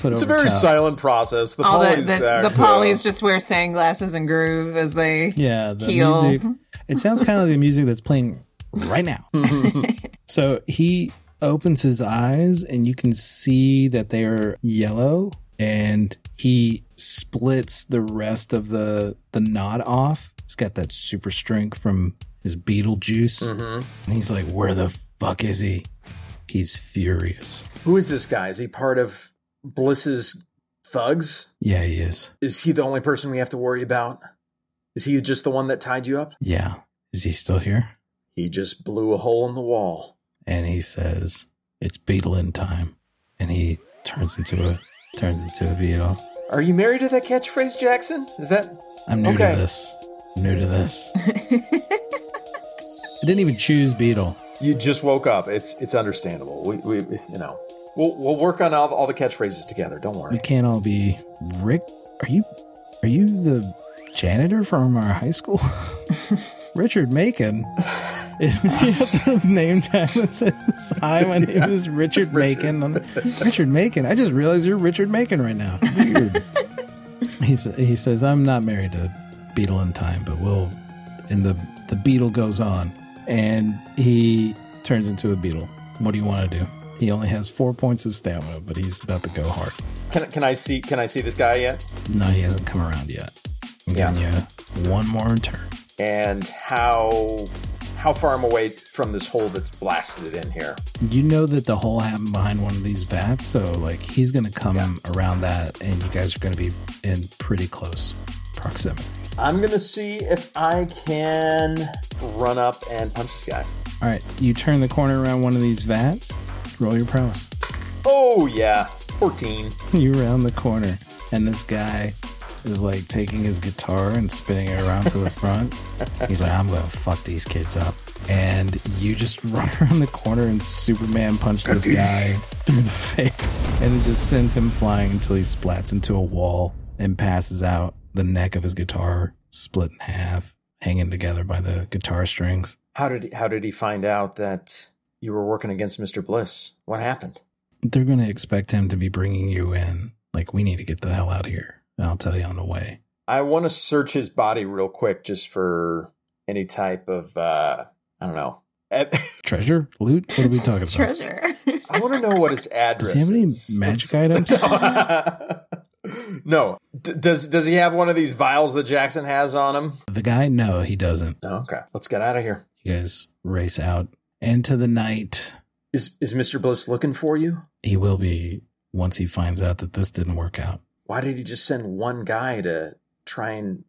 A: Put
C: It's a
A: over
C: very
A: top.
C: silent process. The
B: All Oh, the,
C: polys,
B: the, the polys just wear sunglasses and groove as they
A: Yeah, the
B: Heel.
A: music. It sounds kind of like the music that's playing right
C: [laughs]
A: now.
C: Mm-hmm.
A: so he opens his eyes, and you can see that they are yellow, and he splits the rest of the the knot off. He's got that super strength from his Beetlejuice,
C: mm-hmm.
A: and he's like, "Where the fuck is he?" He's furious.
C: Who is this guy? Is he part of Bliss's thugs?
A: Yeah, he is.
C: Is he the only person we have to worry about? Is he just the one that tied you up?
A: Yeah, is he still here?
C: He just blew a hole in the wall.
A: and he says, "It's beetle in time," and he turns into a turns into a beetle.
C: Are you married to that catchphrase, Jackson? Is that
A: I'm new
C: Okay.
A: to this. New to this. [laughs] I didn't even choose beetle.
C: you just woke up? It's it's understandable. We, we you know we'll we'll work on all, all the catchphrases together. Don't
A: We
C: worry.
A: can't all be Rick. Are you are you the janitor from our high school? [laughs] Richard Macon. [laughs] name tag that says hi. My name is Richard Macon. I'm- Richard Macon. I just realized you're Richard Macon right now. Weird. he sa- he says I'm not married to Beetle in time, but we'll. And the the Beetle goes on, and he turns into a Beetle. What do you want to do? He only has four points of stamina, but he's about to go hard.
C: Can can I see can I see this guy yet?
A: No, he hasn't come around yet. I'm
C: Yeah.
A: giving you one more turn.
C: And how how far I'm away from this hole that's blasted in here?
A: You know that the hole happened behind one of these vats, so like he's gonna come around that, and you guys are gonna be in pretty close proximity.
C: I'm gonna see if I can run up and punch this guy.
A: All right, you turn the corner around one of these vats. Roll your prowess.
C: Oh yeah, fourteen.
A: [laughs] you round the corner, and this guy is like taking his guitar and spinning it around to the front. He's like, I'm gonna fuck these kids up. And you just [laughs] run around the corner and Superman punch this guy through the face. And it just sends him flying until he splats into a wall and passes out. the neck of his guitar split in half, hanging together by the guitar strings.
C: How did he, how did he find out that you were working against Mr. Bliss? What happened?
A: They're going to expect him to be bringing you in. Like, we need to get the hell out of here. And I'll tell you on the way.
C: I want to search his body real quick just for any type of uh I don't know. Ad-
A: Treasure? Loot? What are we talking about?
B: Treasure.
C: [laughs] I want to know what his
A: Does
C: address.
A: he have any
C: is.
A: magic items?
C: [laughs] no. D- does does he have one of these vials that Jackson has on him?
A: The guy? No, he doesn't.
C: Oh, okay, let's get out of here.
A: You guys race out into the night.
C: Is is Mr. Bliss looking for you?
A: He will be once he finds out that this didn't work out.
C: Why did he just send one guy to try and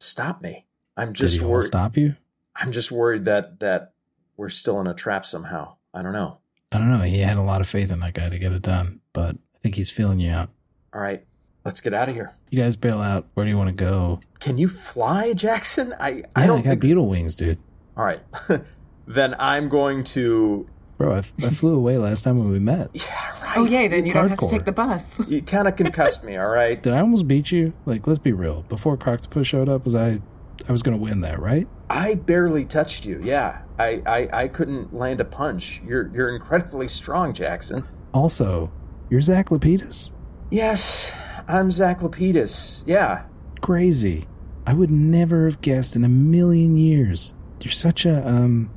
C: stop me? I'm
A: Did
C: just
A: he want
C: worried.
A: to stop you?
C: I'm just worried that that we're still in a trap somehow. I don't know.
A: I don't know. He had a lot of faith in that guy to get it done, but I think he's feeling you out.
C: All right, let's get out of here.
A: You guys bail out. Where do you want to go?
C: Can you fly, Jackson? I
A: Yeah,
C: I don't
A: got
C: think.
A: beetle wings, dude.
C: All right, [laughs] then I'm going to.
A: Bro, I, I flew away last time when we met.
C: Yeah,
B: [laughs]
C: right.
B: oh, yay, then you don't have to
A: Hardcore.
B: take the bus.
C: You kind of concussed me. All right.
A: Did I almost beat you? Like, let's be real. Before Croctopus showed up, was I? I was gonna win that, right?
C: I barely touched you. Yeah, I, I, I couldn't land a punch. You're you're incredibly strong, Jackson.
A: Also, you're Zach Lapidus.
C: Yes, I'm Zach Lapidus. Yeah,
A: Crazy. I would never have guessed in a million years. You're such a
C: [laughs]
A: um.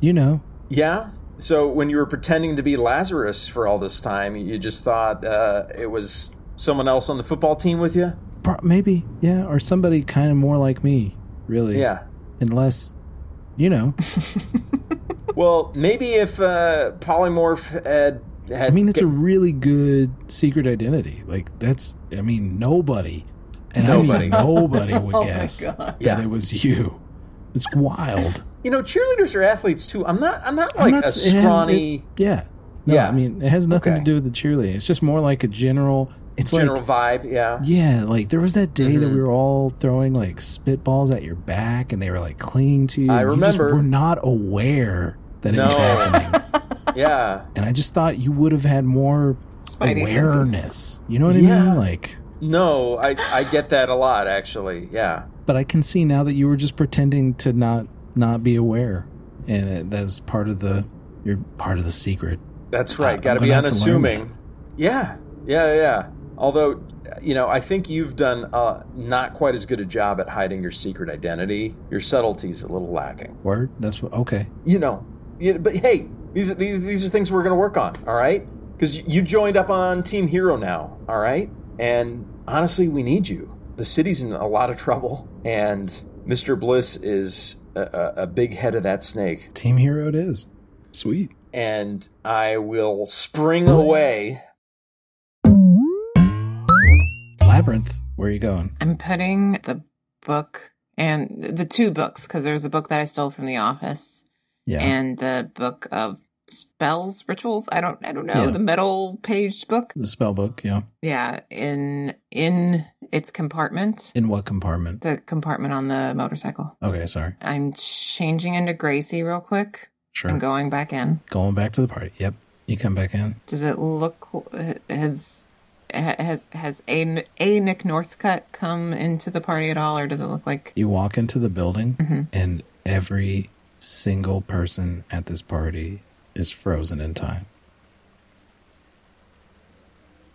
A: you know,
C: yeah. So when you were pretending to be Lazarus for all this time, you just thought uh, it was someone else on the football team with you.
A: pro- maybe yeah, or somebody kind of more like me, really.
C: Yeah.
A: Unless, you know,
C: Well, maybe if uh, polymorph had had.
A: I mean, it's a really good secret identity. Like that's, I mean, nobody, and
C: Nobody.
A: I mean, [laughs] nobody
C: [laughs]
A: would
B: Oh my
A: guess
B: God.
A: that
C: Yeah.
A: it was you. It's wild.
C: you know cheerleaders are athletes too. I'm not. I'm not like
A: not
C: a
A: s- it has-
C: scrawny
A: it- yeah. No,
C: Yeah.
A: I mean, it has nothing
C: Okay.
A: to do with the cheerleading. It's just more like a general. It's
C: general
A: like
C: vibe. Yeah.
A: yeah, like there was that day that
C: Mhm.
A: we were all throwing like spitballs at your back, and they were like clinging to you.
C: I
A: and You
C: remember.
A: just were not aware that it was
C: No.
A: happening,
C: [laughs] Yeah.
A: and I just thought you would have had more
B: Spidey senses.
A: awareness. You know what I
C: Yeah.
A: mean? Like.
C: No, I I get that a lot actually. Yeah.
A: but I can see now that you were just pretending to not not be aware, and it, that's part of the you're part of the secret.
C: That's
A: Uh,
C: right.
A: I'm
C: Got to
A: gonna
C: be
A: have to learn
C: unassuming. yeah, yeah, yeah. Although, you know, I think you've done uh, not quite as good a job at hiding your secret identity. Your subtlety's a little lacking.
A: Word. That's what. Okay.
C: You know, you, but hey, these are- these these are things we're going to work on. All right, because you joined up on Team Hero now. All right, and honestly, we need you. The city's in a lot of trouble, and Mr. Bliss is a, a, a big head of that snake.
A: Team hero. It is. Sweet.
C: and I will spring away.
A: Labyrinth. Where are you going?
B: I'm putting the book and the two books, because there's a book that I stole from the office
A: Yeah.
B: and the book of spells, rituals. I don't I don't know,
A: Yeah.
B: the metal paged book.
A: the spell book. Yeah.
B: Yeah. In in its compartment.
A: In what compartment?
B: The compartment on the motorcycle.
A: Okay. Sorry.
B: I'm changing into Gracie real quick
A: Sure.
B: and going back in.
A: going back to the party. Yep. You come back in.
B: Does it look has has has a a Nick Northcutt come into the party at all, or does it look like
A: You walk into the building,
B: Mm-hmm.
A: and every single person at this party is frozen in time.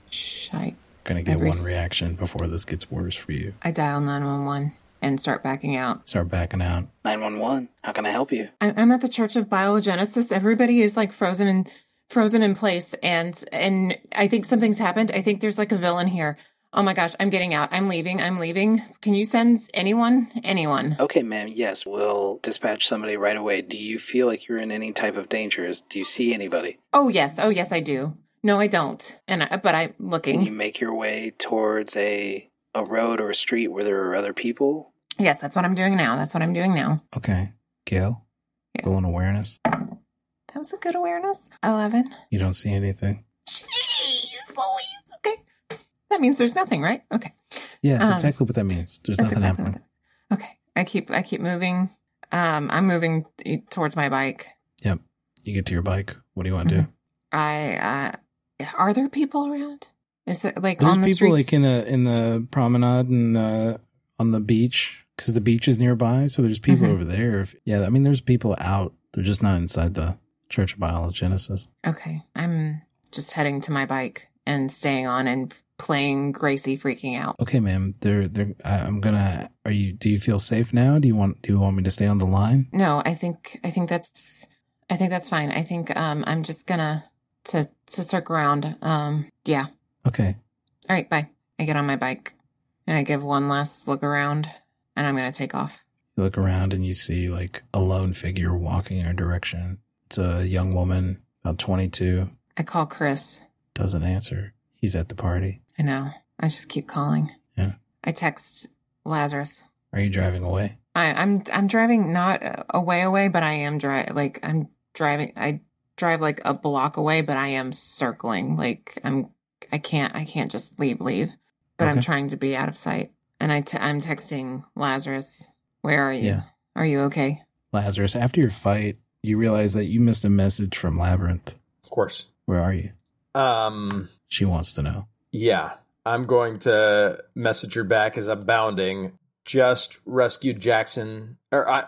B: shite?
A: Gonna get
B: Every
A: one
B: s-
A: reaction before this gets worse for you.
B: I dial 911 and start backing out.
A: Start backing out.
D: 911. How can I help you?
B: I- I'm at the Church of Biogenesis. Everybody is like frozen in frozen in place, and and I think something's happened. I think there's like a villain here. Oh my gosh, I'm getting out. I'm leaving. I'm leaving. Can you send anyone? Anyone?
D: Okay, ma'am. Yes, we'll dispatch somebody right away. Do you feel like you're in any type of danger? Is- Do you see anybody?
B: Oh yes. Oh yes, I do. No, I don't. And I, but I'm
D: Can you
B: looking.
D: make your way towards a a road or a street where there are other people?
B: Yes, that's what I'm doing now. That's what I'm doing now.
A: Okay. Gail,
B: Yes.
A: roll an awareness.
B: That was a good awareness. 11.
A: You don't see anything.
B: Jeez, Louise. Okay. That means there's nothing, right? Okay.
A: Yeah, that's
B: Um,
A: exactly what that means. There's
B: That's
A: nothing
B: exactly what
A: happening.
B: it is. Okay. I keep I keep moving. Um, I'm moving towards my bike. Mm-hmm.
A: You get to your bike. What do you want to do?
B: I uh, are there people around? Is there like
A: There's
B: on the
A: people
B: streets?
A: like in the in the promenade and uh, on the beach because the beach is nearby. So there's people
B: Mhm.
A: over there. If, yeah, I mean, there's people out. They're just not inside the Church of Biogenesis.
B: okay, I'm just heading to my bike and staying on and playing Gracie freaking out.
A: Okay, ma'am. They're they're. I, I'm gonna. Are you? Do you feel safe now? Do you want? Do you want me to stay on the line?
B: No, I think I think that's I think that's fine. I think um I'm just gonna to to circle around. Um yeah.
A: Okay.
B: All right, bye. I get on my bike and I give one last look around and I'm gonna take off.
A: You look around and you see like a lone figure walking your direction. It's a young woman, about 22.
B: I call Chris.
A: Doesn't answer. He's at the party.
B: I know. I just keep calling.
A: Yeah.
B: I text Lazarus.
A: Are you driving away?
B: I, I'm I'm driving not uh, away away, but I am dri like I'm driving. I drive like a block away, but I am circling. Like I'm I can't I can't just leave leave, but I'm
A: Okay.
B: trying to be out of sight. And I t- I'm texting Lazarus. Where are you?
A: Yeah.
B: Are you okay?
A: Lazarus, after your fight, you realize that you missed a message from Labyrinth.
C: Of course.
A: Where are you?
C: Um,
A: She wants to know.
C: yeah, I'm going to message her back as I'm bounding. Just rescued Jackson, or I,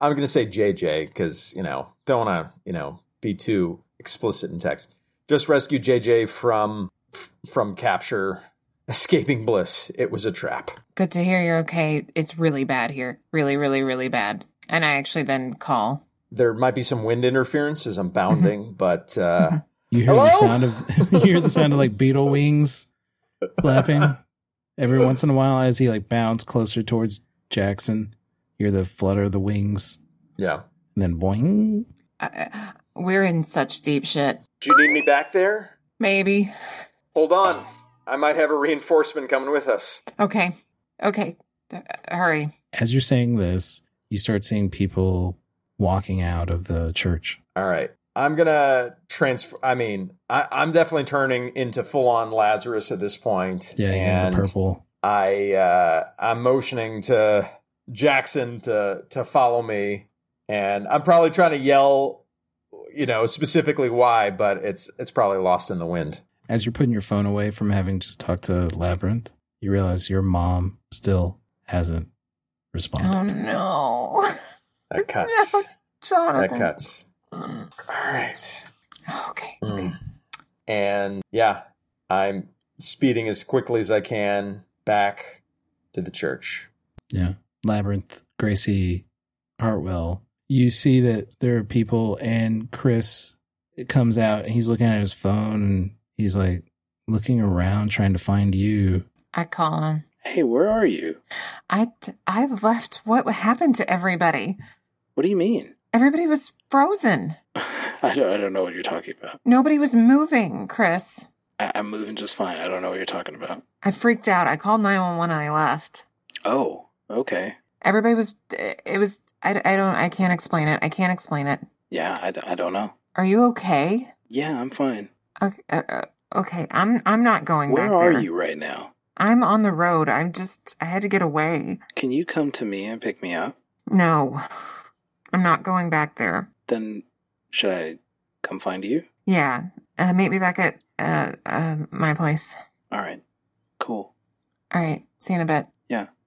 C: I'm going to say JJ because you know don't want to you know be too explicit in text. Just rescued JJ from f- from capture, [laughs] escaping bliss. It was a trap.
B: Good to hear you're okay. It's really bad here. Really really really bad. And I actually then call.
C: There might be some wind interference as I'm bounding, but uh,
A: You hear
C: Hello?
A: the sound of [laughs] you hear the sound of like beetle wings flapping. Every once in a while as he like bounds closer towards Jackson, you hear the flutter of the wings
C: yeah.
A: and then boing.
B: I, "Uh, we're in such deep shit.
C: Do you need me back there?
B: Maybe.
C: Hold on. I might have a reinforcement coming with us.
B: Okay. Okay. Uh, hurry.
A: As you're saying this, you start seeing people walking out of the church.
C: All right. I'm going to transfer. I mean, I, I'm definitely turning into full on Lazarus at this point.
A: Yeah, you hear
C: and
A: the purple.
C: I, uh, I'm motioning to Jackson to, to follow me. And I'm probably trying to yell, you know, specifically why, but it's, it's probably lost in the wind.
A: As you're putting your phone away from having just talked to Labyrinth, you realize your mom still hasn't responded.
B: Oh no. [laughs]
C: That cuts. that
B: Jonathan.
C: cuts.
B: Mm.
C: All right.
B: Okay. okay.
C: Mm. And yeah, I'm speeding as quickly as I can back to the church.
A: Yeah. Labyrinth, Gracie, Hartwell. You see that there are people, and Chris comes out and he's looking at his phone and he's like looking around trying to find you.
B: I call him.
D: Hey, where are you?
B: I I left. What happened to everybody?
D: What do you mean? [sighs]
B: Everybody was frozen.
D: I don't, I don't know what you're talking about.
B: Nobody was moving. Chris,
D: I, I'm moving just fine. I don't know what you're talking about.
B: I freaked out. I called nine one one and I left.
D: Oh, okay.
B: Everybody was. eh, It was. I, I don't. I can't explain it. I can't explain it.
D: Yeah, I, d- I don't know.
B: Are you okay?
D: Yeah, I'm fine.
B: Okay. uh, uh, Okay. I'm. I'm not going back
D: Where are
B: there.
D: you right now?
B: I'm on the road. I'm just. I had to get away.
D: Can you come to me and pick me up?
B: No, [sighs] I'm not going back there.
D: Then should I come find you?
B: Yeah, uh, meet me back at uh, uh, my place.
D: All right, cool.
B: All right, see you in a bit.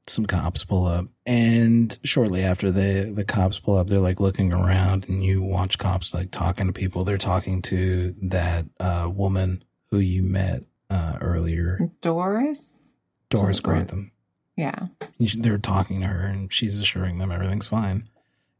A: Some cops pull up, and shortly after the the cops pull up, they're like looking around, and you watch cops like talking to people. They're talking to that uh, woman who you met uh, earlier,
B: Doris.
A: Doris
B: Doris.
A: Grantham.
B: Yeah.
A: And she- they're talking to her and she's assuring them everything's fine.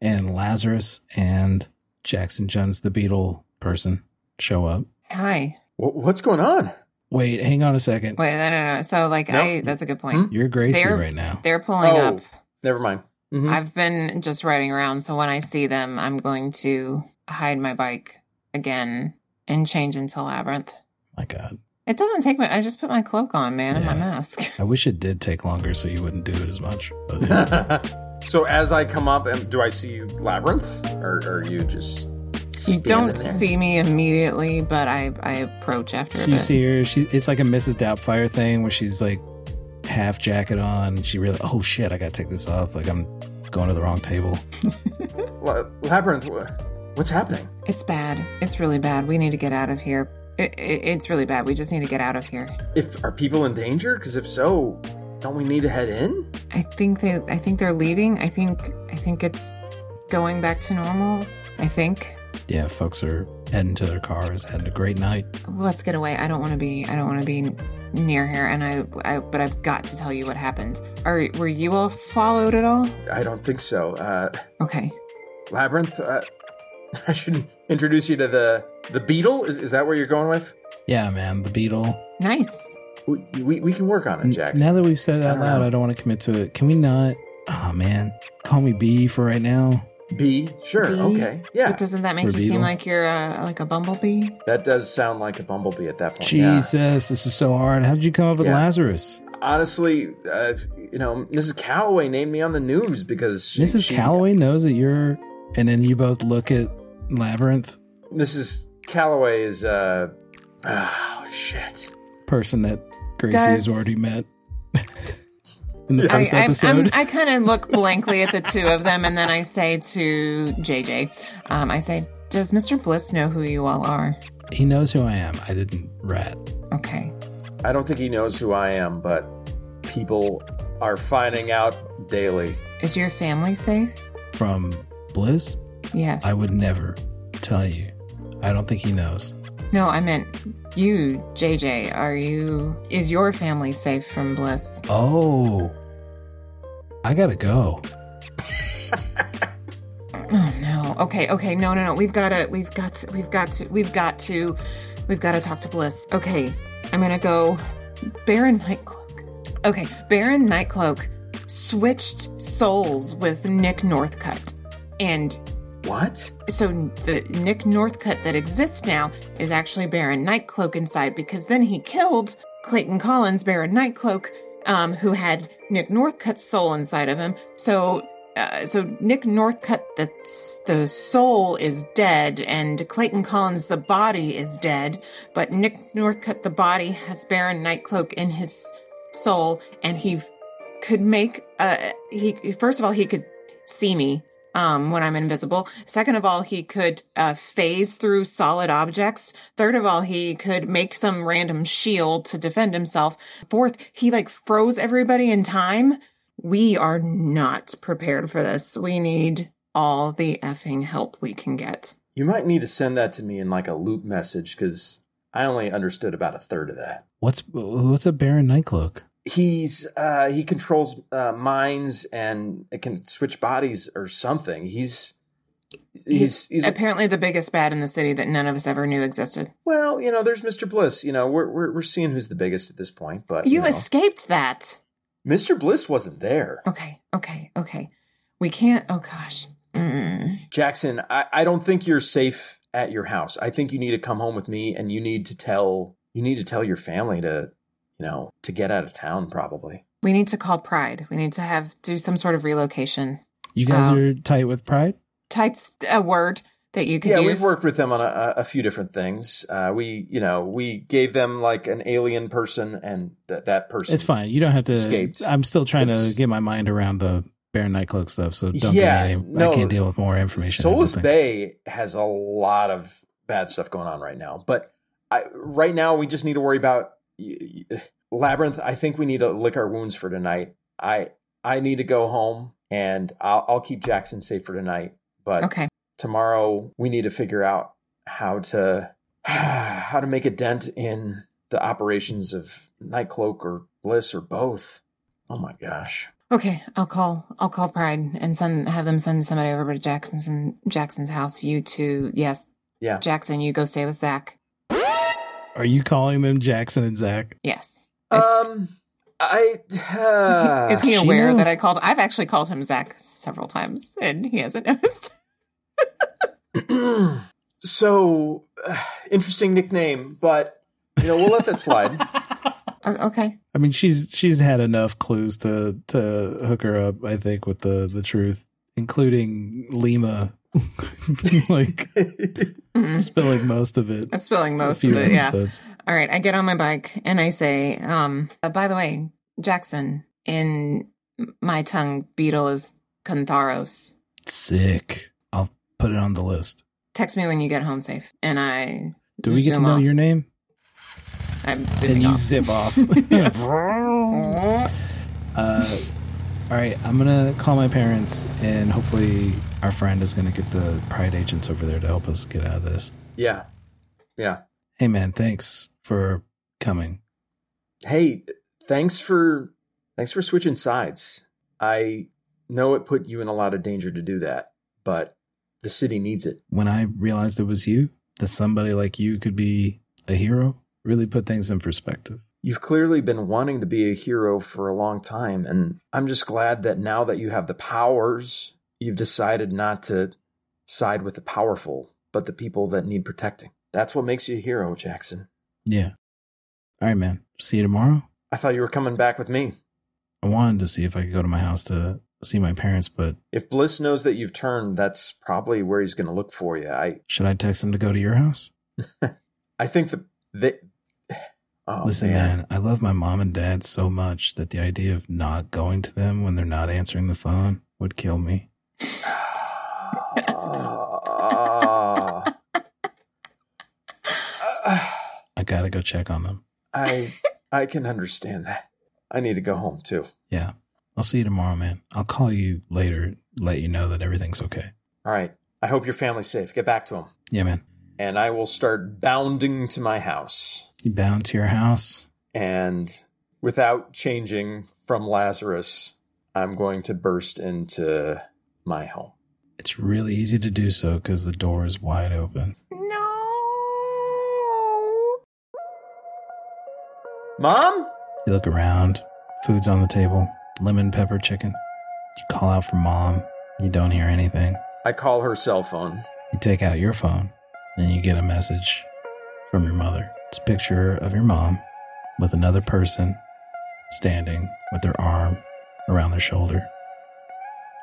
A: And Lazarus and Jackson Jones, the beetle person, show up.
B: Hi.
C: Wh- what's going on?
A: Wait, hang on a second.
B: Wait, no, no, no. So, like,
C: No.
B: I. That's a good point.
C: Hmm?
A: You're Gracie
B: They're-
A: right now.
B: They're pulling
C: Oh.
B: up.
C: Never mind. Mhm.
B: I've been just riding around, so when I see them, I'm going to hide my bike again and change into labyrinth.
A: My God.
B: It doesn't take my. I just put my cloak on, man, and my
A: Yeah.
B: mask.
A: I wish it did take longer so you wouldn't do it as much.
C: [laughs]
A: But
C: [laughs] so as I come up, am- do I see Labyrinth? Or, or are you just.
B: You [laughs]
C: standing
B: don't
C: there?
B: see me immediately, but I I approach after.
A: [laughs]
B: a
A: so you
B: bit.
A: see her, she it's like a Mrs. Doubtfire thing where she's like half jacket on. She really oh shit, I gotta take this off. Like I'm going to the wrong table.
C: La- Labyrinth, wh- what's happening?
B: It's bad. It's really bad. We need to get out of here. It, it, it's really bad. We just need to get out of here.
C: If are people in danger? Because if so, don't we need to head in?
B: I think they. I think they're leaving. I think. I think it's going back to normal. I think.
A: Yeah, folks are heading to their cars, having a great night.
B: Let's get away. I don't want to be. I don't want to be near here. And I, I. But I've got to tell you what happened. Are were you all followed at all?
C: I don't think so. Uh,
B: Okay.
C: Labyrinth. Uh, [laughs] I should introduce you to the the beetle. Is, is that where you're going with?
A: Yeah, man, the beetle.
B: Nice.
C: We, we, we can work on it, Jackson.
A: Now that we've said it out
C: I don't
A: loud,
C: know.
A: I don't want to commit to it. Can we not? Oh man, call me B for right now.
C: B. Sure.
B: Bee?
C: Okay. Yeah.
B: But doesn't that make
A: Or
B: you seem
A: beetle.
B: like you're uh, like a bumblebee?
C: that does sound like a bumblebee at that point. yeah.
A: Jesus, this is so hard. How did you come up with
C: Yeah.
A: Lazarus?
C: honestly, uh, you know, Mrs. Calloway named me on the news because she,
A: Mrs.
C: she-
A: Calloway knows that you're, and then you both look at Labyrinth,
C: Mrs. Calloway is uh, oh shit.
A: person that Gracie
B: Does-
A: has already met [laughs] in the
C: Yeah.
A: first
B: I, I'm- I'm-
A: episode.
B: I kind of look blankly at the two of them, and then I say to JJ, um, I say, "Does Mr. Bliss know who you all are?"
A: he knows who I am. I didn't rat.
B: Okay.
C: I don't think he knows who I am, but people are finding out daily.
B: Is your family safe?
A: From Bliss,
B: Yes.
A: I would never tell you. I don't think he knows.
B: no, I meant you, JJ. Are you? Is your family safe from Bliss?
A: Oh, I gotta go.
B: Oh no. Okay. Okay. No. No. No. We've got to. We've got to. We've got to. We've got to. We've got to talk to Bliss. Okay. I'm gonna go. Baron Nightcloak. Okay. Baron Nightcloak switched souls with Nick Northcutt, and
C: What?
B: so the Nick Northcutt that exists now is actually Baron Nightcloak inside because then he killed Clayton Collins, Baron Nightcloak, um, who had Nick Northcutt's soul inside of him. So, uh, so Nick Northcutt, the the soul is dead, and Clayton Collins, the body is dead. But Nick Northcutt, the body, has Baron Nightcloak in his soul, and he could make uh he first of all he could see me um when i'm invisible second of all he could uh phase through solid objects third of all he could make some random shield to defend himself fourth he like froze everybody in time we are not prepared for this we need all the effing help we can get
C: You might need to send that to me in like a loop message because I only understood about a third of that.
A: What's what's a Baron Nightcloak?
C: He's uh, he controls uh, minds and it can switch bodies or something. He's he's he's,
B: apparently the biggest bad in the city that none of us ever knew existed
C: Well, you know, there's Mr. Bliss. You know, we're we're, we're seeing who's the biggest at this point, but
B: you
C: know,
B: escaped that
C: Mr. Bliss wasn't there.
B: Okay, okay, okay. We can't. Oh gosh. Mm.
C: Jackson, I, I don't think you're safe at your house. I think you need to come home with me, and you need to tell you need to tell your family to you know to get out of town. Probably.
B: We need to call Pride. We need to have do some sort of relocation.
A: You guys
B: Um,
A: are tight with Pride.
B: Tight's a word that you could
C: yeah,
B: use.
C: we've worked with them on a- a, a few different things. Uh, we you know we gave them like an alien person, and th- that person.
A: It's fine. You don't have to.
C: Escaped.
A: I'm still trying
C: It's-
A: to get my mind around the Baron Nightcloak stuff. So don't
C: Yeah,
A: give me any.
C: no.
A: I can't deal with more information. I don't
C: Solus
A: think.
C: Bay has a lot of bad stuff going on right now, but I, right now we just need to worry about y- y- Labyrinth. I think we need to lick our wounds for tonight. I I need to go home, and I'll, I'll keep Jackson safe for tonight. But
B: Okay.
C: tomorrow we need to figure out how to [sighs] how to make a dent in the operations of Nightcloak or Bliss or both. Oh my gosh.
B: Okay. I'll call. I'll call Pride and send have them send somebody over to Jackson's and Jackson's house. You two. Yes.
C: Yeah.
B: Jackson, you go stay with Zach.
A: Are you calling them Jackson and
B: [laughs]
A: Zach?
B: Yes. It's-
C: um
B: [laughs]
C: I [sighs] uh,
B: Is he
A: she
B: aware
A: know-
B: that I called? I've actually called him Zach several times, and he hasn't [laughs] noticed.
C: [clears throat] so [sighs] uh, interesting nickname, but you know we'll let
A: [laughs]
C: that slide.
B: O- okay.
A: I mean, she's she's had enough clues to to hook her up. I think with the the truth, including Lima, [laughs] like
B: Mm-mm.
A: spilling most of it.
B: I'm spilling most of
A: Few
B: it. Yeah.
A: episodes.
B: All right, I get on my bike and I say, um, uh, by the way, Jackson, in m- my tongue, beetle is Cantharos.
A: Sick. I'll put it on the list.
B: Text me when you get home safe. And I
A: Do we get to
B: Zoom
A: know
B: off.
A: your name?
B: I'm
A: And
B: zipping
A: you
B: off.
A: zip off.
B: [laughs]
A: [laughs] uh, all right, I'm gonna call my parents, and hopefully our friend is gonna get the Pride agents over there to help us get out of this.
C: Yeah. Yeah.
A: Hey, man, thanks for coming.
C: Hey, thanks for thanks for switching sides. I know it put you in a lot of danger to do that, but the city needs it.
A: When I realized it was you, that somebody like you could be a hero, really put things in perspective.
C: You've clearly been wanting to be a hero for a long time, and I'm just glad that now that you have the powers, you've decided not to side with the powerful, but the people that need protecting. That's what makes you a hero, Jackson.
A: Yeah. All right, man. See you tomorrow.
C: I thought you were coming back with me.
A: I wanted to see if I could go to my house to see my parents, but
C: If Bliss knows that you've turned, that's probably where he's going to look for you. I
A: should I text them to go to your house?
C: I think the they. [sighs] Oh,
A: Listen, man. I love my mom and dad so much that the idea of not going to them when they're not answering the phone would kill me.
C: Ah. Ah.
A: I gotta go check on them.
C: [sighs] I I can understand that. I need to go home too.
A: Yeah. I'll see you tomorrow, man. I'll call you later, let you know that everything's okay.
C: All right. I hope your family's safe. Get back to him,
A: Yeah, man.
C: and I will start bounding to my house.
A: You bound to your house?
C: And without changing from Lazarus, I'm going to burst into my home.
A: It's really easy to do so because the door is wide open.
B: no.
C: Mom?
A: You look around, food's on the table, lemon pepper chicken. You call out for mom, you don't hear anything.
C: I call her cell phone.
A: You take out your phone and you get a message from your mother. It's a picture of your mom with another person standing with their arm around their shoulder.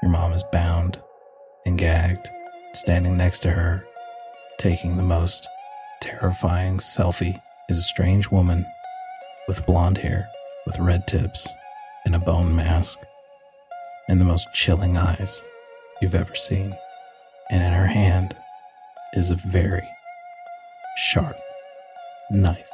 A: Your mom is bound and gagged, standing next to her, taking the most terrifying selfie is a strange woman with blonde hair, with red tips, and a bone mask, and the most chilling eyes you've ever seen and in her hand is a very sharp knife.